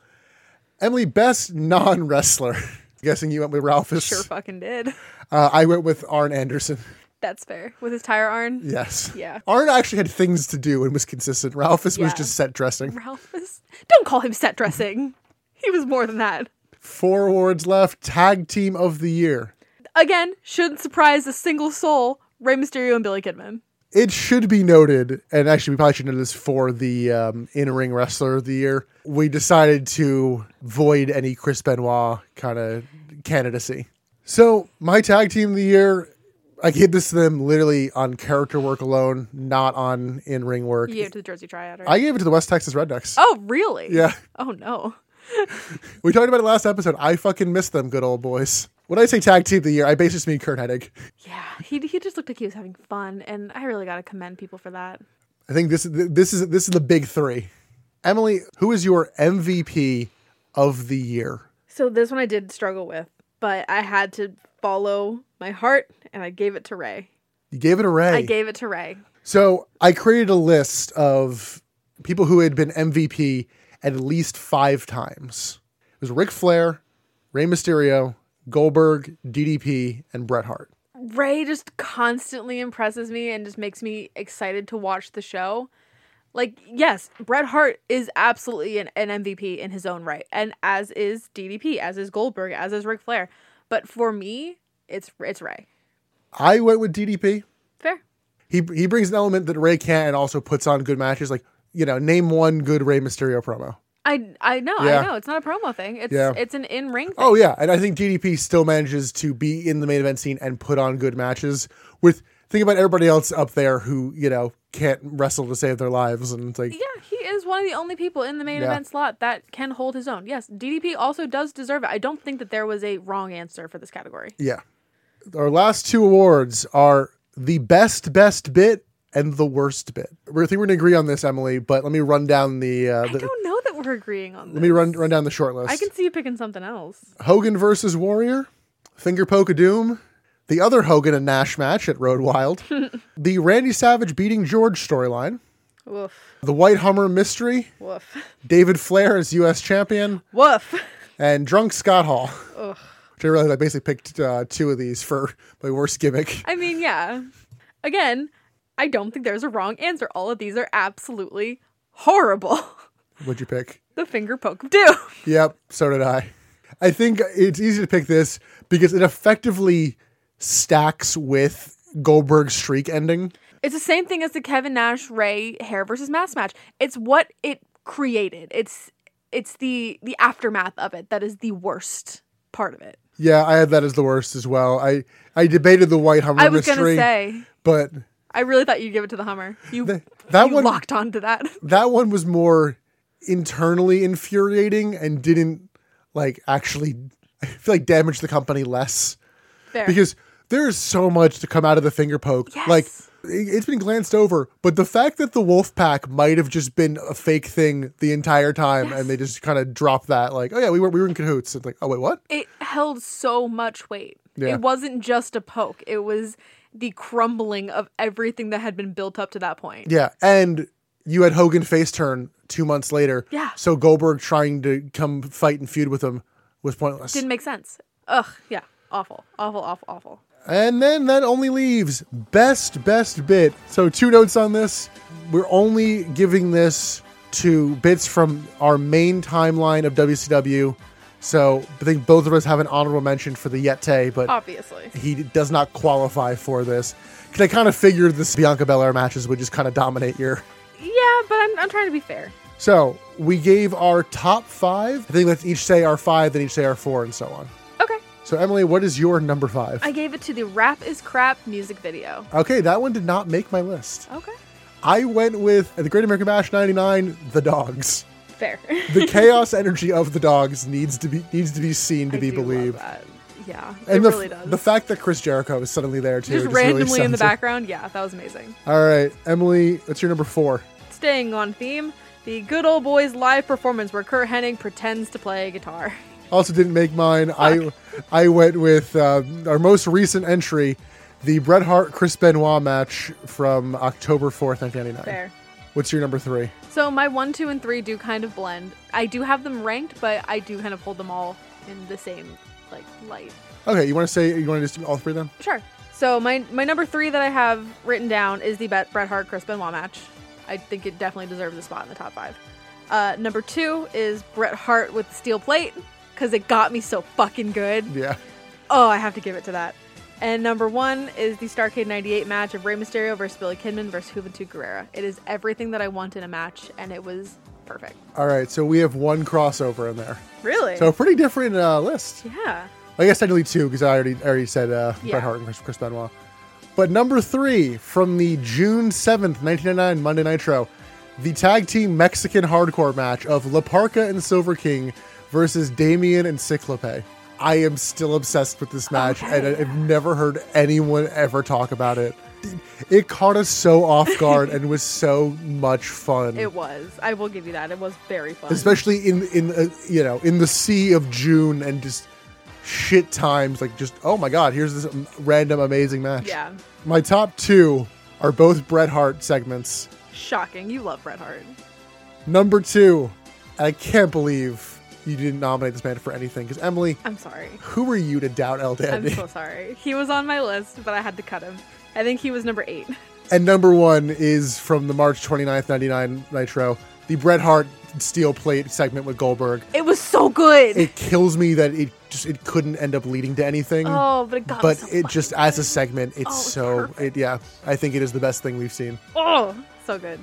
Emily, best non wrestler. Guessing you went with Ralphus. Sure fucking did. Uh, I went with Arn Anderson. That's fair. With his tire iron, Yes. Yeah. Arn actually had things to do and was consistent. Ralphus Yeah. was just set dressing. Ralph is. Don't call him set dressing. He was more than that. Four awards left. Tag team of the year. Again, shouldn't surprise a single soul. Rey Mysterio and Billy Kidman. It should be noted, and actually, we probably should know this for the um, in ring wrestler of the year. We decided to void any Chris Benoit kind of candidacy. So, my tag team of the year, I gave this to them literally on character work alone, not on in ring work. You gave it to the Jersey Triad. Right? I gave it to the West Texas Rednecks. oh, really? Yeah. Oh, no. We talked about it last episode. I fucking miss them, good old boys. When I say tag team of the year, I basically just mean Kurt Hennig. Yeah. He, he just looked like he was having fun, and I really got to commend people for that. I think this this is this is the big three. Emily, who is your MVP of the year? So this one I did struggle with, but I had to follow my heart, and I gave it to Ray. You gave it a Ray. I gave it to Ray. so I created a list of people who had been MVP at least five times. It was Ric Flair, Rey Mysterio, Goldberg, DDP, and Bret Hart. Ray just constantly impresses me and just makes me excited to watch the show. Like, yes, Bret Hart is absolutely an, an MVP in his own right, and as is DDP, as is Goldberg, as is Ric Flair. But for me, it's it's Ray. I went with DDP. Fair. He he brings an element that Ray can and also puts on good matches. Like you know, name one good Rey Mysterio promo. I I know Yeah. I know it's not a promo thing. It's Yeah. it's an in ring. Oh yeah, and I think DDP still manages to be in the main event scene and put on good matches. With think about everybody else up there who you know can't wrestle to save their lives, and it's like Yeah, he is one of the only people in the main Yeah. event slot that can hold his own. Yes, DDP also does deserve it. I don't think that there was a wrong answer for this category. yeah. Our last two awards are the best best bit and the worst bit. We're- I think we're gonna agree on this, Emily. But let me run down the, uh, I the don't know that we're agreeing on this. let me run run down the short list. I can see you picking something else. Hogan versus Warrior, Finger Poke of Doom, the other Hogan and Nash match at Road Wild, the Randy Savage beating George storyline, Woof. the White Hummer mystery, Woof. David Flair as U.S. champion, Woof. and drunk Scott Hall. Which I realized I basically picked uh, two of these for my worst gimmick. I mean, yeah. Again, I don't think there's a wrong answer. All of these are absolutely horrible. What'd you pick? the finger poke of doom. Yep, so did I. I think it's easy to pick this because it effectively stacks with Goldberg's streak ending. It's the same thing as the Kevin Nash Ray hair versus mask match. It's what it created. It's it's the the aftermath of it that is the worst part of it. Yeah, I had that as the worst as well. I I debated the White Hummer I was mystery, gonna say. but I really thought you'd give it to the Hummer. You that you one locked onto that. that one was more internally infuriating and didn't like actually I feel like damage the company less. Fair. because there is so much to come out of the finger poke. Like it- it's been glanced over, but the fact that the wolf pack might have just been a fake thing the entire time, and they just kind of drop that, like, oh yeah, we were we were in cahoots. It's like, oh wait, what? it held so much weight. Yeah. It wasn't just a poke. It was the crumbling of everything that had been built up to that point. Yeah, and you had Hogan face turn two months later. Yeah. So Goldberg trying to come fight and feud with him was pointless. Didn't make sense. Ugh, yeah. Awful. Awful, awful, awful. And then that only leaves best, best bit. So, two notes on this. We're only giving this to bits from our main timeline of WCW. So, I think both of us have an honorable mention for the Yette, but Obviously. he does not qualify for this. Because I kind of figured this Bianca Belair matches would just kind of dominate your. Yeah, but I'm, I'm trying to be fair. So, we gave our top five. I think let's each say our five, then each say our four, and so on. Okay. So, Emily, what is your number five? I gave it to the Rap is Crap music video. okay, that one did not make my list. Okay. I went with at the Great American Bash '99. The dogs, Fair. the chaos energy of the dogs needs to be needs to be seen to I be do love believed. that. Yeah, And it the, really f- does. the fact that Chris Jericho is suddenly there too, just just randomly really in the sums it. background. Yeah, that was amazing. All right, Emily, what's your number four? Staying on theme, the Good Old Boys live performance where Kurt Hennig pretends to play guitar. Also didn't make mine. I I went with uh, our most recent entry, the Bret Hart Chris Benoit match from October 4th, 1999. Fair. What's your number three? So my one, two, and three do kind of blend. I do have them ranked, but I do kind of hold them all in the same like light. Okay, you want to say you want to just do all three of them? Sure. So my my number three that I have written down is the Bet Bret Hart Chris Benoit match. I think it definitely deserves a spot in the top five. Uh, number two is Bret Hart with the steel plate because it got me so fucking good. Yeah. Oh, I have to give it to that. And number one is the Starcade 98 match of Rey Mysterio versus Billy Kidman versus Juventud Guerrera. It is everything that I want in a match, and it was perfect. All right, so we have one crossover in there. Really? So a pretty different uh, list. yeah. I guess technically two because I already I already said uh, Yeah. Bret Hart and Chris, Chris Benoit. But number three from the June seventh, nineteen ninety nine Monday Nitro, the tag team Mexican hardcore match of La Parca and Silver King versus Damien and Cyclope. I am still obsessed with this match, and I- I've never heard anyone ever talk about it. It caught us so off guard and was so much fun. It was. I will give you that. It was very fun. especially in in uh, you know in the sea of June and just shit times like just oh my god here's this am- random amazing match. Yeah. My top two are both Bret Hart segments. Shocking. You love Bret Hart. Number two, and I can't believe you didn't nominate this man for anything because Emily, I'm sorry. who are you to doubt El I'm Dandy? so sorry. He was on my list, but I had to cut him. I think he was number eight. and number one is from the March 29th 99 Nitro, the Bret Hart steel plate segment with Goldberg. It was so good. It kills me that it just it couldn't end up leading to anything. oh, but it got but me so it fucking- just as a segment it's Oh, it's so it perfect. yeah i think it is the best thing we've seen oh so good.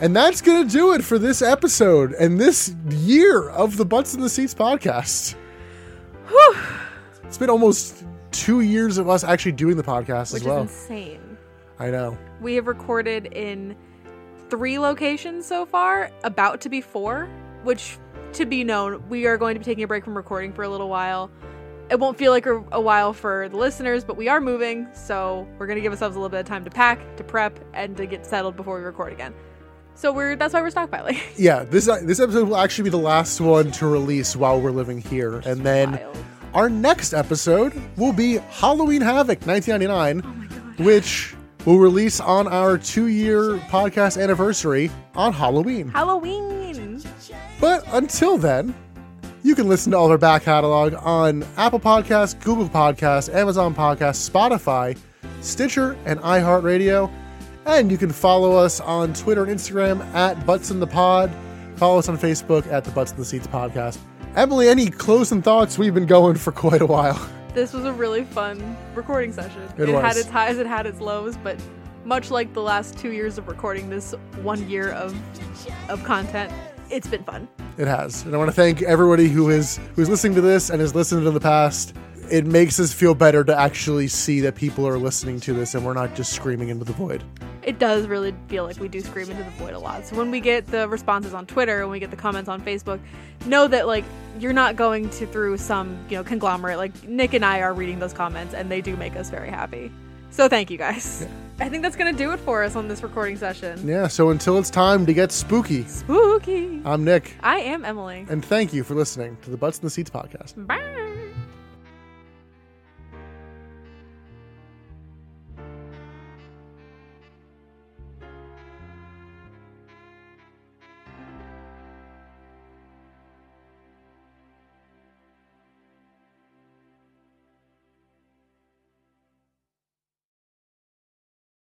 and that's gonna do it for this episode and this year of the butts in the seats podcast it's been almost two years of us actually doing the podcast Which as well is insane. i know We have recorded in three locations so far, about to be four, which, to be known, we are going to be taking a break from recording for a little while. It won't feel like a, a while for the listeners, but we are moving, so we're going to give ourselves a little bit of time to pack, to prep, and to get settled before we record again. So we're that's why we're stockpiling. yeah this uh, this episode will actually be the last one to release while we're living here and then wild. our next episode will be halloween havoc 1999 oh my god. which will release on our two year podcast anniversary on Halloween. Halloween. But until then, you can listen to all of our back catalog on Apple Podcasts, Google Podcasts, Amazon Podcasts, Spotify, Stitcher, and iHeartRadio. And you can follow us on Twitter and Instagram at Butts in the Pod. Follow us on Facebook at the Butts in the Seats Podcast. Emily, any closing thoughts? We've been going for quite a while. This was a really fun recording session. It It, was. had its highs, it had its lows, but much like the last two years of recording this one year of of content, it's been fun. It has. And I want to thank everybody who is who's listening to this and has listened in the past. It makes us feel better to actually see that people are listening to this and we're not just screaming into the void. It does really feel like we do scream into the void a lot. So when we get the responses on Twitter, when we get the comments on Facebook, know that like you're not going to through some, you know, conglomerate. Like Nick and I are reading those comments and they do make us very happy. So thank you guys. I think that's gonna do it for us on this recording session. Yeah, so until it's time to get spooky, Spooky. I'm Nick, I am Emily. and thank you for listening to the Butts in the Seats podcast. Bye.